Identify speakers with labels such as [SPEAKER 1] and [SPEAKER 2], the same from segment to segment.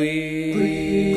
[SPEAKER 1] Gleek,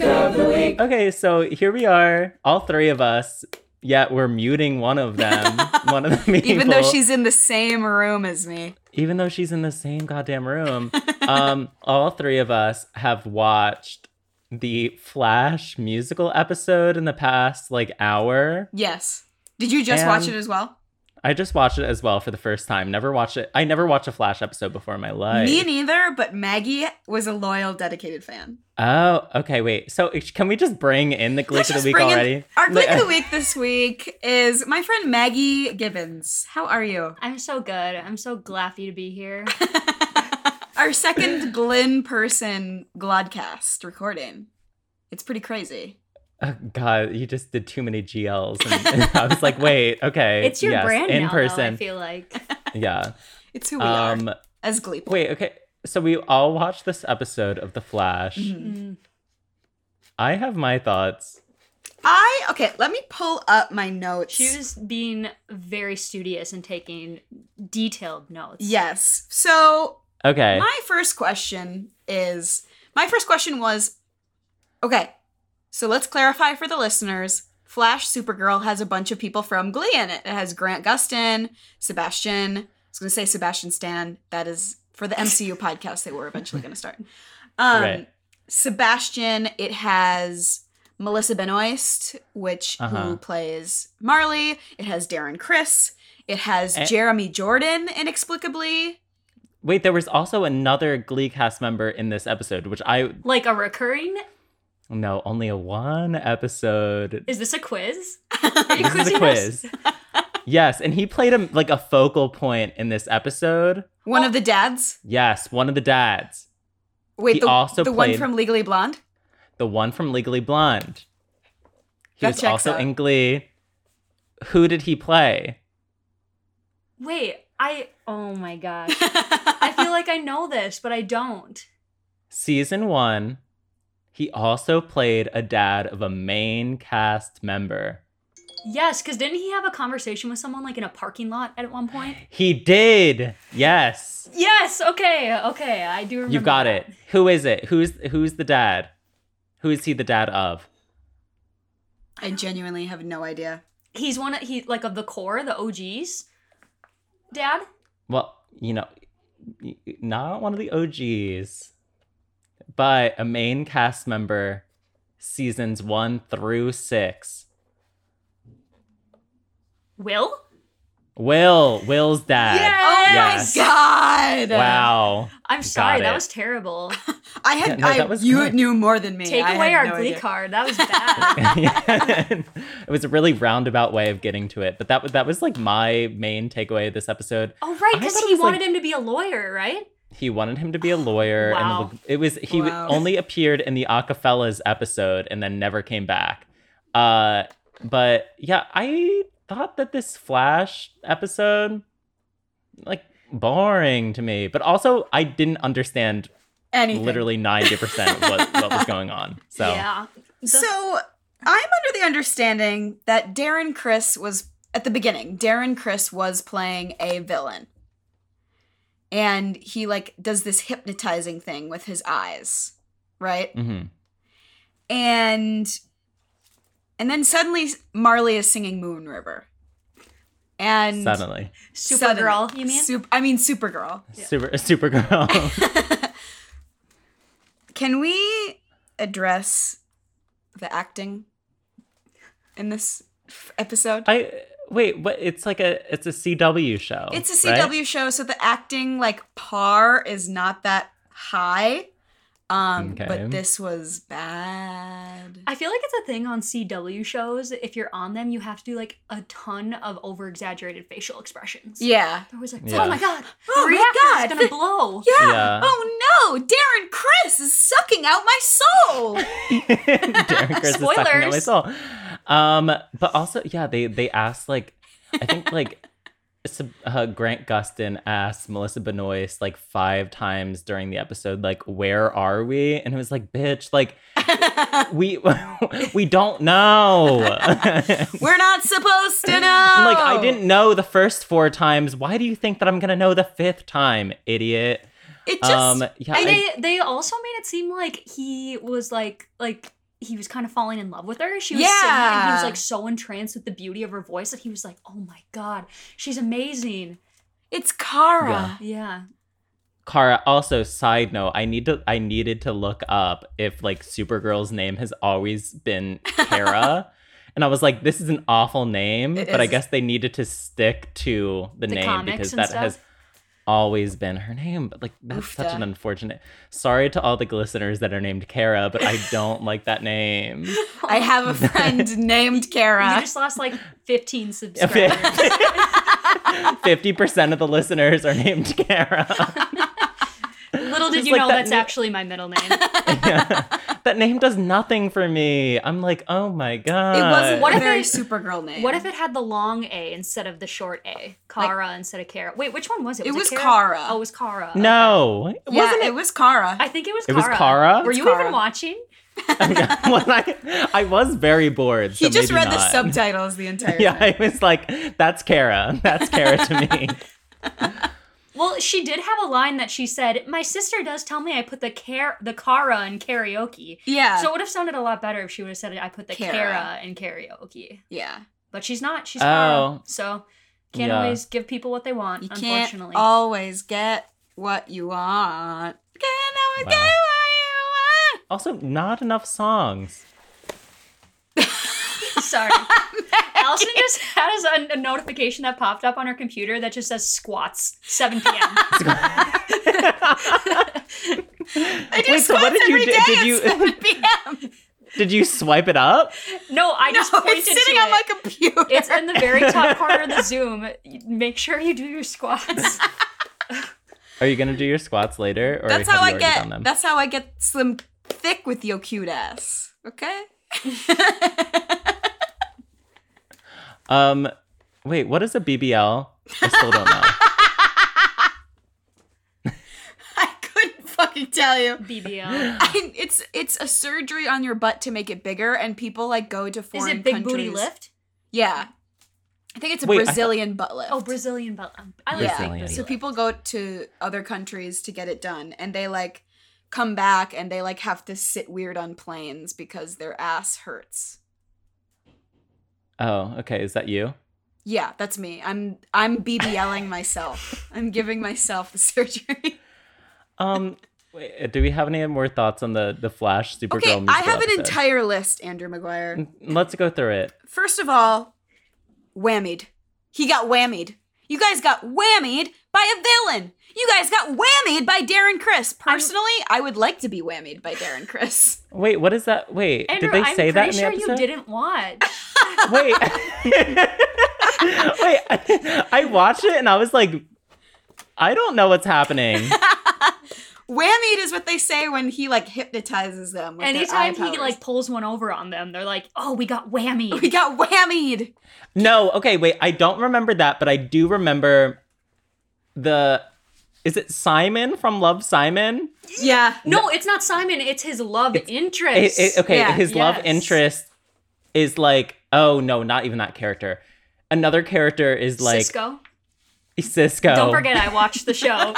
[SPEAKER 1] Gleek of the week.
[SPEAKER 2] Okay, so here we are, all three of us. Yet we're muting one of them. one of the people.
[SPEAKER 3] Even though she's in the same room as me.
[SPEAKER 2] even though she's in the same goddamn room, um, all three of us have watched the Flash musical episode in the past like hour.
[SPEAKER 3] Yes. Did you just watch
[SPEAKER 2] And-
[SPEAKER 3] it as well?
[SPEAKER 2] I just watched it as well for the first time. Never watched it. I never watched a Flash episode before in my life.
[SPEAKER 3] Me neither, but Maggie was a loyal, dedicated fan.
[SPEAKER 2] oh, okay. Wait. So eh, can we just bring in the Gleek
[SPEAKER 3] Let's
[SPEAKER 2] of the
[SPEAKER 3] just
[SPEAKER 2] week
[SPEAKER 3] bring in-
[SPEAKER 2] already?
[SPEAKER 3] Our Gleek of the
[SPEAKER 2] Like,
[SPEAKER 3] Week this week is my friend Maggie Gibbons. How are you?
[SPEAKER 4] I'm so good. I'm so glaffy to be here.
[SPEAKER 3] Our second Glenn person Glodcast recording. It's pretty crazy.
[SPEAKER 2] oh, God, you just did too many GLs. And, I was like, wait. Okay.
[SPEAKER 4] It's your
[SPEAKER 2] yes,
[SPEAKER 4] brand
[SPEAKER 2] in
[SPEAKER 4] now, though, I
[SPEAKER 2] person.
[SPEAKER 4] feel like.
[SPEAKER 2] yeah.
[SPEAKER 3] It's who we are
[SPEAKER 2] Um.
[SPEAKER 3] as Gleep.
[SPEAKER 2] Wait. Okay. So we all watched this episode of The Flash.
[SPEAKER 3] Mhm.
[SPEAKER 4] Mm.
[SPEAKER 2] I have my thoughts.
[SPEAKER 3] I okay. Let me pull up my notes.
[SPEAKER 4] She was being very studious and taking detailed notes.
[SPEAKER 3] Yes. So
[SPEAKER 2] Okay.
[SPEAKER 3] my first question is my first question was okay. So let's clarify for the listeners. Flash Supergirl has a bunch of people from Glee in it. It has Grant Gustin, Sebastian. I was going to say Sebastian Stan. That is for the MCU podcast they were eventually going to start. Um,
[SPEAKER 2] Right.
[SPEAKER 3] Sebastian. It has Melissa Benoist, which
[SPEAKER 2] Uh-huh.
[SPEAKER 3] who plays Marley. It has Darren Chris. It has
[SPEAKER 2] And-
[SPEAKER 3] Jeremy Jordan inexplicably.
[SPEAKER 2] Wait, there was also another Glee cast member in this episode, which I
[SPEAKER 4] Like a recurring?
[SPEAKER 2] no, only a one episode.
[SPEAKER 4] Is this a quiz?
[SPEAKER 2] This is a quiz. yes, and he played a like a focal point in this episode.
[SPEAKER 3] One of the dads.
[SPEAKER 2] Yes, one of the dads,
[SPEAKER 3] Wait,
[SPEAKER 2] He
[SPEAKER 3] the,
[SPEAKER 2] also
[SPEAKER 3] the one
[SPEAKER 2] played-
[SPEAKER 3] from Legally Blonde.
[SPEAKER 2] the one from Legally Blonde. He
[SPEAKER 3] That
[SPEAKER 2] was
[SPEAKER 3] checks
[SPEAKER 2] also
[SPEAKER 3] out.
[SPEAKER 2] in Glee. Who did he play?
[SPEAKER 4] Wait, I. Oh my gosh. I
[SPEAKER 3] I
[SPEAKER 4] feel like I know this, but I don't.
[SPEAKER 2] Season one. He also played a dad of a main cast member.
[SPEAKER 4] Yes, because didn't he have a conversation with someone like in a parking lot at one point?
[SPEAKER 2] He did. Yes.
[SPEAKER 4] Yes, okay, okay. I do remember.
[SPEAKER 2] You've got
[SPEAKER 4] that.
[SPEAKER 2] it. Who is it? Who's who's the dad? Who is he the dad of?
[SPEAKER 3] I genuinely have no idea.
[SPEAKER 4] He's one of he like of the core, the OGs. Dad?
[SPEAKER 2] Well, you know, y- y- not one of the OGs, but a main cast member, seasons one through six.
[SPEAKER 4] Will?
[SPEAKER 2] Will, Will's dad.
[SPEAKER 3] Oh
[SPEAKER 2] Yes.
[SPEAKER 3] my god!
[SPEAKER 2] Wow.
[SPEAKER 4] I'm sorry,
[SPEAKER 2] Got
[SPEAKER 4] that
[SPEAKER 2] it.
[SPEAKER 4] was terrible.
[SPEAKER 3] I had
[SPEAKER 2] Yeah, no,
[SPEAKER 3] I,
[SPEAKER 2] that was
[SPEAKER 3] you
[SPEAKER 2] good.
[SPEAKER 3] knew more than me.
[SPEAKER 4] Take
[SPEAKER 3] I
[SPEAKER 4] away
[SPEAKER 3] had
[SPEAKER 4] our
[SPEAKER 3] no
[SPEAKER 4] glee
[SPEAKER 3] idea.
[SPEAKER 4] card. That was bad.
[SPEAKER 2] it was a really roundabout way of getting to it, but that was that was like my main takeaway of this episode.
[SPEAKER 4] oh right,
[SPEAKER 2] I
[SPEAKER 4] because
[SPEAKER 2] thought it
[SPEAKER 4] he
[SPEAKER 2] was, like-
[SPEAKER 4] wanted him to be a lawyer, right?
[SPEAKER 2] He wanted him to be a lawyer,
[SPEAKER 4] Wow.
[SPEAKER 2] and it was he w-
[SPEAKER 3] Wow.
[SPEAKER 2] only appeared in the Acapellas episode and then never came back. Uh, but yeah, I thought that this Flash episode, like, boring to me. But also, I didn't understand
[SPEAKER 3] Anything.
[SPEAKER 2] literally ninety percent what what was going on. So
[SPEAKER 4] Yeah. The-
[SPEAKER 3] So I'm under the understanding that Darren Chris was at the beginning. Darren Chris was playing a villain, and he like does this hypnotizing thing with his eyes, right?
[SPEAKER 2] mhm.
[SPEAKER 3] And and then suddenly Marley is singing Moon River, and
[SPEAKER 2] suddenly,
[SPEAKER 3] suddenly-
[SPEAKER 4] Supergirl, you mean?
[SPEAKER 3] Sup- I mean Supergirl.
[SPEAKER 2] super Supergirl.
[SPEAKER 3] Can we address the acting in this f- episode?
[SPEAKER 2] I wait. What? It's like a it's a CW show.
[SPEAKER 3] It's a
[SPEAKER 2] right?
[SPEAKER 3] CW show, so the acting like par is not that high. Um,
[SPEAKER 2] Okay.
[SPEAKER 3] but this was bad.
[SPEAKER 4] I feel like it's a thing on CW shows. If you're on them, you have to do like a ton of over exaggerated facial expressions.
[SPEAKER 3] Yeah.
[SPEAKER 4] There was like,
[SPEAKER 2] Yeah.
[SPEAKER 4] oh my god,
[SPEAKER 3] Oh
[SPEAKER 4] the
[SPEAKER 3] my God.
[SPEAKER 4] reactor's gonna blow.
[SPEAKER 3] Yeah.
[SPEAKER 2] Yeah.
[SPEAKER 3] Oh no, Darren Chris is sucking out my soul.
[SPEAKER 2] Darren Chris is sucking at my
[SPEAKER 4] Spoilers.
[SPEAKER 2] soul. Um, but also, yeah, they they asked like, I think like, sub- uh, Grant Gustin asked Melissa Benoist like five times during the episode, like, "Where are we?" And it was like, "Bitch, like, we we don't know." like
[SPEAKER 3] We're not supposed to know. Like
[SPEAKER 2] I didn't know the first four times. Why do you think that I'm gonna know the fifth time, idiot?
[SPEAKER 3] It just
[SPEAKER 2] um, yeah,
[SPEAKER 4] And
[SPEAKER 2] I-
[SPEAKER 4] they they also made it seem like he was like like he was kind of falling in love with her. She was singing and he was
[SPEAKER 3] Yeah.
[SPEAKER 4] like so entranced with the beauty of her voice that he was like, "Oh my god, she's amazing."
[SPEAKER 3] it's Kara.
[SPEAKER 2] Yeah.
[SPEAKER 4] Yeah.
[SPEAKER 2] Kara, also side note, I need to I needed to look up if like Supergirl's name has always been Kara. and I was like, this is an awful name,
[SPEAKER 3] It
[SPEAKER 2] but I
[SPEAKER 3] is.
[SPEAKER 2] guess they needed to stick to the,
[SPEAKER 4] The
[SPEAKER 2] name
[SPEAKER 4] comics
[SPEAKER 2] because
[SPEAKER 4] and
[SPEAKER 2] that
[SPEAKER 4] stuff.
[SPEAKER 2] has always been her name. But like that's
[SPEAKER 3] Oofda.
[SPEAKER 2] such an unfortunate sorry to all the listeners that are named Kara, but I don't like that name.
[SPEAKER 3] I have a friend named
[SPEAKER 4] You
[SPEAKER 3] Kara.
[SPEAKER 4] just lost like 15 subscribers.
[SPEAKER 2] Fifty percent of the listeners are named Kara.
[SPEAKER 4] Little did
[SPEAKER 2] Just
[SPEAKER 4] you
[SPEAKER 2] like
[SPEAKER 4] know
[SPEAKER 2] that
[SPEAKER 4] that's
[SPEAKER 2] ni-
[SPEAKER 4] actually my middle name.
[SPEAKER 2] that name does nothing for me. I'm like, oh my god.
[SPEAKER 3] it wasn't
[SPEAKER 4] What
[SPEAKER 3] what
[SPEAKER 4] if
[SPEAKER 3] a very
[SPEAKER 4] it-
[SPEAKER 3] Supergirl name.
[SPEAKER 4] What if it had the long A instead of the short A? Kara instead of Kara. Wait, which one was it?
[SPEAKER 3] It was
[SPEAKER 4] Kara.
[SPEAKER 3] Kara.
[SPEAKER 4] Oh, it was Kara. Okay.
[SPEAKER 2] No, it
[SPEAKER 3] Yeah,
[SPEAKER 2] wasn't
[SPEAKER 3] it was Kara.
[SPEAKER 4] I think it was
[SPEAKER 2] It
[SPEAKER 4] Kara.
[SPEAKER 2] was Kara?
[SPEAKER 4] Were
[SPEAKER 3] It's
[SPEAKER 4] you
[SPEAKER 3] Kara.
[SPEAKER 4] even watching?
[SPEAKER 2] it? was I, I was very bored.
[SPEAKER 3] he
[SPEAKER 2] so
[SPEAKER 3] just
[SPEAKER 2] maybe
[SPEAKER 3] read the
[SPEAKER 2] not.
[SPEAKER 3] subtitles the entire
[SPEAKER 2] Yeah,
[SPEAKER 3] time.
[SPEAKER 2] I was like, "That's Kara. That's Kara to me."
[SPEAKER 4] Well, she did have a line that she said, "My sister does tell me I put the care the Kara in karaoke."
[SPEAKER 3] Yeah.
[SPEAKER 4] So it would have sounded a lot better if she would have said, "I put the
[SPEAKER 3] Kara.
[SPEAKER 4] Kara in karaoke."
[SPEAKER 3] yeah.
[SPEAKER 4] But she's not. She's
[SPEAKER 2] Oh.
[SPEAKER 4] Kara. So can't
[SPEAKER 2] Yeah.
[SPEAKER 4] always give people what they want.
[SPEAKER 3] You can't
[SPEAKER 4] unfortunately.
[SPEAKER 3] always get what you want. Can't always
[SPEAKER 2] Wow.
[SPEAKER 3] get what
[SPEAKER 2] Also, not enough songs.
[SPEAKER 4] Sorry. Allison just has a, a notification that popped up on her computer that just says squats 7
[SPEAKER 3] you
[SPEAKER 4] p.m.
[SPEAKER 3] want. I do
[SPEAKER 2] Wait, so what
[SPEAKER 3] squats
[SPEAKER 2] did you
[SPEAKER 3] every
[SPEAKER 2] do-
[SPEAKER 3] day
[SPEAKER 2] did
[SPEAKER 3] at
[SPEAKER 2] you-
[SPEAKER 3] 7 p.m.
[SPEAKER 2] Did you swipe it up?
[SPEAKER 4] no, I
[SPEAKER 3] No,
[SPEAKER 4] just pointed
[SPEAKER 3] it's sitting
[SPEAKER 4] to
[SPEAKER 3] on
[SPEAKER 4] it.
[SPEAKER 3] my computer.
[SPEAKER 4] it's in the very top corner of the Zoom. Make sure you do your squats.
[SPEAKER 2] Are you gonna do your squats later? Or
[SPEAKER 3] that's
[SPEAKER 2] have
[SPEAKER 3] how
[SPEAKER 2] you
[SPEAKER 3] I
[SPEAKER 2] already done them?
[SPEAKER 3] get. That's how I get slim, thick with your cute ass. Okay.
[SPEAKER 2] Um, wait, what is a BBL? I still don't know.
[SPEAKER 3] I couldn't fucking tell you.
[SPEAKER 4] BBL.
[SPEAKER 3] I, it's it's a surgery on your butt to make it bigger, and people like go to
[SPEAKER 4] Is
[SPEAKER 3] foreign
[SPEAKER 4] it big
[SPEAKER 3] countries.
[SPEAKER 4] booty lift?
[SPEAKER 3] Yeah, I think it's a
[SPEAKER 2] Wait, I thought-
[SPEAKER 3] Brazilian butt lift.
[SPEAKER 4] Oh, Brazilian belt. um, I like
[SPEAKER 3] Yeah.
[SPEAKER 4] big
[SPEAKER 2] Brazilian.
[SPEAKER 4] booty
[SPEAKER 3] So
[SPEAKER 4] lift.
[SPEAKER 3] people go to other countries to get it done, and they like come back and they like have to sit weird on planes because their ass hurts.
[SPEAKER 2] Oh, okay. Is that you?
[SPEAKER 3] Yeah, that's me. I'm I'm BBLing myself. I'm giving myself the surgery.
[SPEAKER 2] Um, wait, do we have any more thoughts on the the Flash Supergirl?
[SPEAKER 3] okay, I
[SPEAKER 2] musical
[SPEAKER 3] have an
[SPEAKER 2] episode?
[SPEAKER 3] entire list, Andrew McGuire.
[SPEAKER 2] Let's go through it.
[SPEAKER 3] First of all, whammied. He got whammied. You guys got whammied by a villain. You guys got whammied by Darren Chris. Personally, i would like to be whammied by Darren Chris.
[SPEAKER 2] Wait, what is that? Wait,
[SPEAKER 4] Andrew,
[SPEAKER 2] did they
[SPEAKER 4] I'm
[SPEAKER 2] say that in
[SPEAKER 4] pretty
[SPEAKER 2] the
[SPEAKER 4] sure
[SPEAKER 2] episode?
[SPEAKER 4] you didn't watch.
[SPEAKER 2] Wait. Wait, I, I watched it and I was like, I don't know what's happening.
[SPEAKER 3] Whammied is what they say when he like hypnotizes them. With
[SPEAKER 4] Anytime
[SPEAKER 3] their eye
[SPEAKER 4] he
[SPEAKER 3] powers.
[SPEAKER 4] like pulls one over on them, they're like, "Oh, we got whammy."
[SPEAKER 3] we got whammied.
[SPEAKER 2] No, okay, wait, I don't remember that, but I do remember the. Is it Simon from Love Simon?
[SPEAKER 3] Yeah.
[SPEAKER 4] No, it's not Simon. It's his love
[SPEAKER 2] It-
[SPEAKER 4] interest.
[SPEAKER 2] it- okay,
[SPEAKER 3] Yeah.
[SPEAKER 2] his love
[SPEAKER 4] Yes.
[SPEAKER 2] interest is like, oh no, not even that character. Another character is like
[SPEAKER 4] Cisco.
[SPEAKER 2] Cisco.
[SPEAKER 4] Don't forget, I watched the show.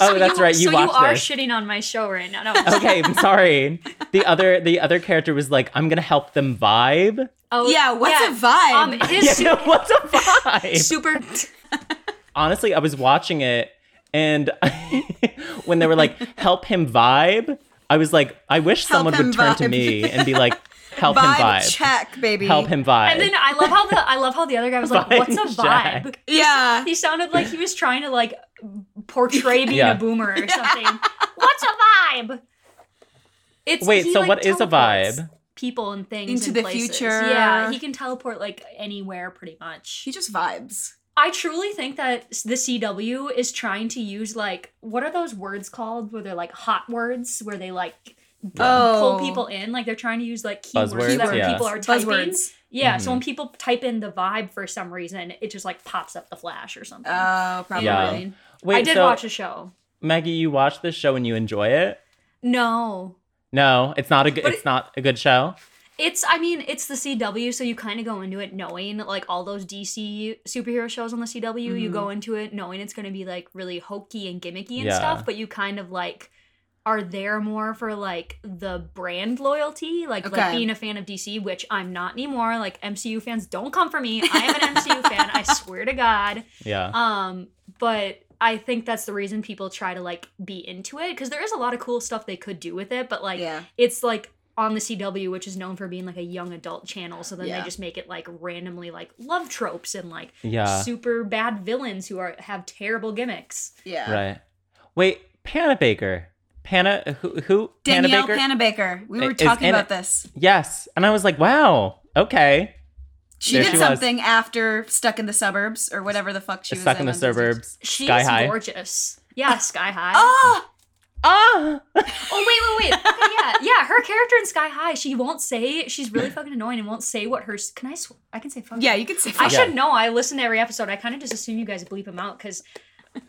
[SPEAKER 2] Oh, that's right, you
[SPEAKER 4] so
[SPEAKER 2] watched
[SPEAKER 4] you are
[SPEAKER 2] this.
[SPEAKER 4] shitting on my show right now. No,
[SPEAKER 2] okay, I'm sorry. The other the other character was like, I'm gonna help them vibe.
[SPEAKER 4] oh,
[SPEAKER 3] Yeah, what's a vibe?
[SPEAKER 4] Um, his
[SPEAKER 2] Yeah,
[SPEAKER 4] su-
[SPEAKER 2] no, what's a vibe?
[SPEAKER 4] super.
[SPEAKER 2] honestly, I was watching it and when they were like, help him vibe, I was like, I wish
[SPEAKER 3] Help
[SPEAKER 2] someone
[SPEAKER 3] him
[SPEAKER 2] would turn to
[SPEAKER 3] vibe.
[SPEAKER 2] me and be like, help
[SPEAKER 3] vibe
[SPEAKER 2] him vibe.
[SPEAKER 3] check, baby.
[SPEAKER 2] Help him vibe.
[SPEAKER 4] And then I love how the I love how the other guy was like,
[SPEAKER 2] Vibe
[SPEAKER 4] "What's a vibe?"
[SPEAKER 2] check.
[SPEAKER 3] Yeah.
[SPEAKER 4] He sounded like he was trying to like portray being
[SPEAKER 2] Yeah.
[SPEAKER 4] a boomer or something. What's a vibe? It's
[SPEAKER 2] Wait,
[SPEAKER 4] he,
[SPEAKER 2] so
[SPEAKER 4] like,
[SPEAKER 2] what is a
[SPEAKER 4] teleports
[SPEAKER 2] vibe?
[SPEAKER 4] People and things
[SPEAKER 3] Into
[SPEAKER 4] and
[SPEAKER 3] the
[SPEAKER 4] places.
[SPEAKER 3] future.
[SPEAKER 4] Yeah, he can teleport like anywhere pretty much.
[SPEAKER 3] He just vibes.
[SPEAKER 4] I truly think that the CW is trying to use like what are those words called where they're like hot words where they like
[SPEAKER 3] Oh.
[SPEAKER 4] pull people in like they're trying to use like keywords
[SPEAKER 2] Buzzwords,
[SPEAKER 4] that when
[SPEAKER 2] yeah.
[SPEAKER 4] people are typing.
[SPEAKER 3] Buzzwords.
[SPEAKER 4] Yeah, so
[SPEAKER 2] Mhm.
[SPEAKER 4] when people type in the vibe for some reason, it just like pops up the flash or something.
[SPEAKER 3] Oh, probably.
[SPEAKER 2] Yeah.
[SPEAKER 4] Annoying.
[SPEAKER 2] Wait,
[SPEAKER 4] I did
[SPEAKER 2] so
[SPEAKER 4] watch a show.
[SPEAKER 2] Maggie, you watch this show and you enjoy it?
[SPEAKER 4] No.
[SPEAKER 2] No, it's not a good
[SPEAKER 4] But
[SPEAKER 2] it's not a good show.
[SPEAKER 4] It's, I mean, it's the CW, so you kind of go into it knowing, like all those DC superhero shows on the CW, you
[SPEAKER 3] Mhm.
[SPEAKER 4] go into it knowing it's going to be like really hokey and gimmicky and
[SPEAKER 2] Yeah.
[SPEAKER 4] stuff, but you kind of like are there more for like the brand loyalty, like, like
[SPEAKER 3] Okay.
[SPEAKER 4] being a fan of DC, which I'm not anymore. Like MCU fans don't come for me. I am an MCU fan, I swear to God.
[SPEAKER 2] Yeah.
[SPEAKER 4] Um, but I think that's the reason people try to like be into it because there is a lot of cool stuff they could do with it, but like
[SPEAKER 3] yeah.
[SPEAKER 4] it's like on the CW, which is known for being like a young adult channel. So then
[SPEAKER 3] Yeah.
[SPEAKER 4] they just make it like randomly like love tropes and like
[SPEAKER 2] Yeah.
[SPEAKER 4] super bad villains who are have terrible gimmicks.
[SPEAKER 3] Yeah.
[SPEAKER 2] Right. Wait, Panna Baker. Panna who who Panna
[SPEAKER 3] Danielle
[SPEAKER 2] Baker?
[SPEAKER 3] Panabaker. We
[SPEAKER 2] i-
[SPEAKER 3] were
[SPEAKER 2] is
[SPEAKER 3] talking
[SPEAKER 2] in
[SPEAKER 3] about
[SPEAKER 2] it.
[SPEAKER 3] this.
[SPEAKER 2] yes. And I was like, wow, okay.
[SPEAKER 3] She
[SPEAKER 2] There
[SPEAKER 3] did
[SPEAKER 2] she was.
[SPEAKER 3] something after Stuck in the Suburbs or whatever the fuck she was
[SPEAKER 2] Stuck in the
[SPEAKER 3] on Disney.
[SPEAKER 2] suburbs.
[SPEAKER 4] She's
[SPEAKER 2] Sky high.
[SPEAKER 4] gorgeous. Yeah, Sky High.
[SPEAKER 3] Oh,
[SPEAKER 2] Ah
[SPEAKER 4] Oh wait, wait, wait. Okay, yeah, yeah. Her character in Sky High, she won't say. She's really fucking annoying and won't say what her. s- Can I? Sw- I can say fuck.
[SPEAKER 3] yeah. You could say.
[SPEAKER 4] I
[SPEAKER 3] fuck.
[SPEAKER 2] Yeah.
[SPEAKER 4] should know. I listen to every episode. I kind of just assume you guys bleep them out because.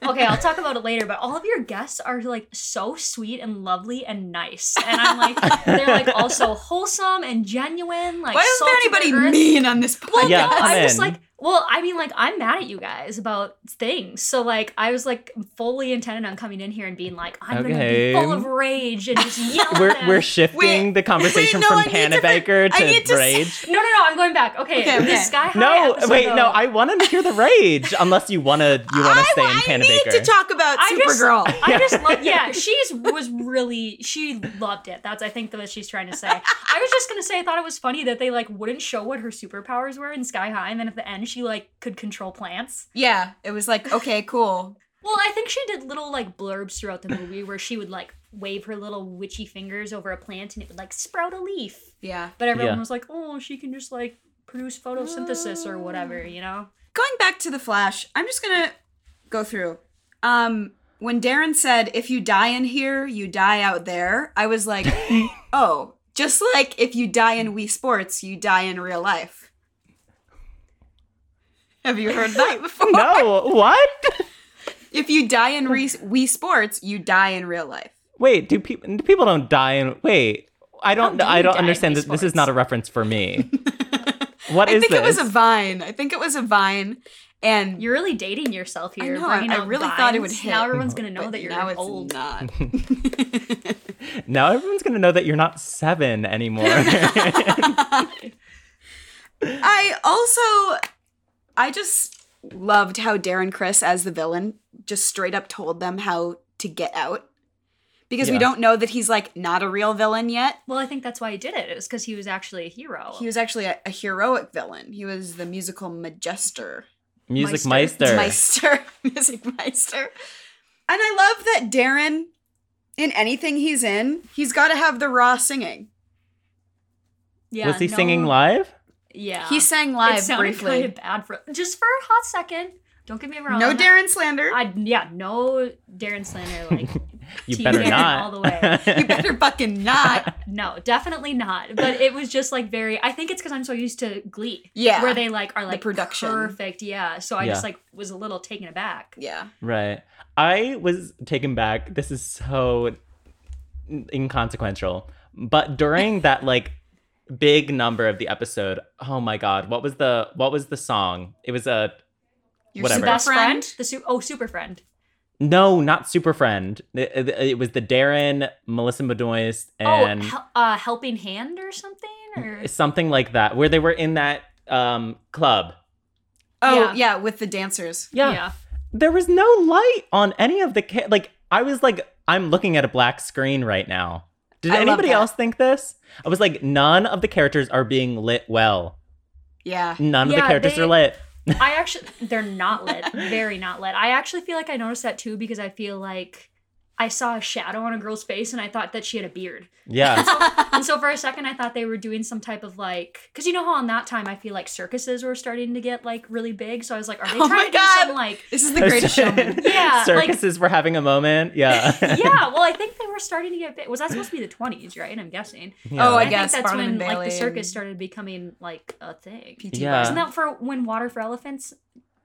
[SPEAKER 4] Okay, I'll talk about it later, but all of your guests are like so sweet and lovely and nice. And I'm like, they're like also wholesome and genuine. Like,
[SPEAKER 3] Why isn't
[SPEAKER 4] salt
[SPEAKER 3] there
[SPEAKER 4] to the
[SPEAKER 3] anybody
[SPEAKER 4] earth.
[SPEAKER 3] mean on this podcast?
[SPEAKER 4] Well,
[SPEAKER 2] Yeah,
[SPEAKER 4] no,
[SPEAKER 2] come
[SPEAKER 4] I'm just
[SPEAKER 2] in.
[SPEAKER 4] like, well, I mean, like, I'm mad at you guys about things. So, like, I was like fully intended on coming in here and being like, I'm
[SPEAKER 2] Okay.
[SPEAKER 4] gonna be full of rage and just yell at
[SPEAKER 2] we're
[SPEAKER 4] them.
[SPEAKER 2] we're shifting
[SPEAKER 3] Wait,
[SPEAKER 2] the conversation
[SPEAKER 3] wait, no, I
[SPEAKER 2] from
[SPEAKER 3] need
[SPEAKER 2] Panna
[SPEAKER 3] to fin-
[SPEAKER 2] Baker
[SPEAKER 3] I
[SPEAKER 2] to,
[SPEAKER 3] need to s-
[SPEAKER 2] rage.
[SPEAKER 4] no, no, no, I'm going back. Okay,
[SPEAKER 3] Okay, okay.
[SPEAKER 4] the Sky High
[SPEAKER 2] No,
[SPEAKER 4] episode,
[SPEAKER 2] wait, no.
[SPEAKER 4] though-
[SPEAKER 2] I want to hear the rage, unless you wanna you wanna
[SPEAKER 3] I,
[SPEAKER 2] stay in
[SPEAKER 3] I
[SPEAKER 2] Panna
[SPEAKER 3] need
[SPEAKER 2] Baker.
[SPEAKER 3] to talk about
[SPEAKER 4] I just-
[SPEAKER 3] Supergirl.
[SPEAKER 4] I just love. Yeah, she's was really she loved it. That's I think what she's trying to say. I was just gonna say I thought it was funny that they like wouldn't show what her superpowers were in Sky High, and then at the end she like could control plants.
[SPEAKER 3] yeah, it was like okay, cool.
[SPEAKER 4] Well, I think she did little like blurbs throughout the movie where she would like wave her little witchy fingers over a plant and it would like sprout a leaf.
[SPEAKER 3] Yeah. Uh.
[SPEAKER 4] But everyone
[SPEAKER 2] Yeah.
[SPEAKER 4] was like, oh, she can just like produce photosynthesis or whatever, you know.
[SPEAKER 3] Going back to the Flash, I'm just gonna go through. Um, when Darren said, "If you die in here, you die out there," I was like, "Oh, just like if you die in Wii Sports, you die in real life." Have you heard that before?
[SPEAKER 2] no, what?
[SPEAKER 3] If you die in re- Wii Sports, you die in real life.
[SPEAKER 2] Wait, do people people don't die in wait? I don't
[SPEAKER 4] do
[SPEAKER 2] I
[SPEAKER 4] you
[SPEAKER 2] don't
[SPEAKER 4] die in
[SPEAKER 2] understand
[SPEAKER 4] these
[SPEAKER 2] this. This is
[SPEAKER 4] sports?
[SPEAKER 2] not a reference for me. What is
[SPEAKER 3] I think
[SPEAKER 2] this?
[SPEAKER 3] it was a vine. I think it was a vine, and
[SPEAKER 4] You're really dating yourself here.
[SPEAKER 3] know,
[SPEAKER 4] bringing
[SPEAKER 3] I- I
[SPEAKER 4] out
[SPEAKER 3] really thought it would
[SPEAKER 4] vines.
[SPEAKER 3] hit,
[SPEAKER 4] Now everyone's gonna know
[SPEAKER 3] but
[SPEAKER 4] that you're
[SPEAKER 3] now it's
[SPEAKER 4] old.
[SPEAKER 3] not.
[SPEAKER 2] now everyone's gonna know that you're not seven anymore.
[SPEAKER 3] I also, I just loved how Darren Chris as the villain just straight up told them how to get out because we
[SPEAKER 2] Yeah.
[SPEAKER 3] don't know that he's like not a real villain yet.
[SPEAKER 4] Well, I think that's why he did it. It was because he was actually a hero.
[SPEAKER 3] He was actually a, a heroic villain. He was the musical magister,
[SPEAKER 2] Music
[SPEAKER 4] Meister.
[SPEAKER 2] Meister.
[SPEAKER 3] meister, music meister. And I love that Darren, in anything he's in, he's got to have the raw singing.
[SPEAKER 4] yeah,
[SPEAKER 2] was he
[SPEAKER 4] no-
[SPEAKER 2] singing live?
[SPEAKER 4] Yeah,
[SPEAKER 3] He sang
[SPEAKER 4] it
[SPEAKER 3] live
[SPEAKER 4] sounded
[SPEAKER 3] briefly.
[SPEAKER 4] kind of bad for just for a hot second. Don't get me wrong.
[SPEAKER 3] no Darren slander.
[SPEAKER 4] I yeah, no Darren slander. Like
[SPEAKER 2] You
[SPEAKER 4] Team
[SPEAKER 2] better
[SPEAKER 4] Darren
[SPEAKER 2] not.
[SPEAKER 4] all the way.
[SPEAKER 3] you better fucking not.
[SPEAKER 4] no, definitely not. But it was just like very. I think it's because I'm so used to Glee.
[SPEAKER 3] Yeah.
[SPEAKER 4] where they like are like
[SPEAKER 3] production.
[SPEAKER 4] perfect. Yeah, so I just
[SPEAKER 2] Yeah.
[SPEAKER 4] like was a little taken aback.
[SPEAKER 3] Yeah.
[SPEAKER 2] right. I was taken back. This is so inconsequential. But during that like big number of the episode, oh my god, what was the what was the song? It was a
[SPEAKER 3] Your
[SPEAKER 2] Whatever.
[SPEAKER 4] The
[SPEAKER 3] super
[SPEAKER 4] best friend, the su- oh super friend.
[SPEAKER 2] no, not super friend. It, it- it was the Darren, Melissa Benoist, and
[SPEAKER 4] oh, hel- uh, helping hand or something or
[SPEAKER 2] something like that, where they were in that um club.
[SPEAKER 3] Oh yeah.
[SPEAKER 4] Yeah.
[SPEAKER 3] with the dancers.
[SPEAKER 2] there was no light on any of the ca- like i was like i'm looking at a black screen right now did
[SPEAKER 3] I love
[SPEAKER 2] anybody
[SPEAKER 3] that.
[SPEAKER 2] else think this i was like none of the characters are being lit well
[SPEAKER 3] Yeah.
[SPEAKER 2] none of the
[SPEAKER 4] Yeah,
[SPEAKER 2] characters
[SPEAKER 4] they-
[SPEAKER 2] are lit
[SPEAKER 4] I actually they're not lit, very not lit. I actually feel like I noticed that too because I feel like I saw a shadow on a girl's face and I thought that she had a beard.
[SPEAKER 2] yeah
[SPEAKER 4] And so for a second I thought they were doing some type of like cuz you know how on that time I feel like circuses were starting to get like really big so I was like are they
[SPEAKER 3] Oh my
[SPEAKER 4] trying to do
[SPEAKER 3] God.
[SPEAKER 4] some like
[SPEAKER 3] This is the greatest showman.
[SPEAKER 4] Yeah, like-
[SPEAKER 2] circuses were having a moment yeah
[SPEAKER 4] yeah, well I think they were starting to get big. Was that supposed to be the 20s, right? I'm guessing.
[SPEAKER 2] Yeah.
[SPEAKER 3] Oh, I
[SPEAKER 4] think
[SPEAKER 3] guess,
[SPEAKER 4] that's
[SPEAKER 3] Barnum
[SPEAKER 4] when
[SPEAKER 3] and
[SPEAKER 4] like
[SPEAKER 3] Bailey
[SPEAKER 4] the circus
[SPEAKER 3] and-
[SPEAKER 4] started becoming like a thing.
[SPEAKER 3] PT
[SPEAKER 2] Yeah.
[SPEAKER 4] Isn't that for when Water for Elephants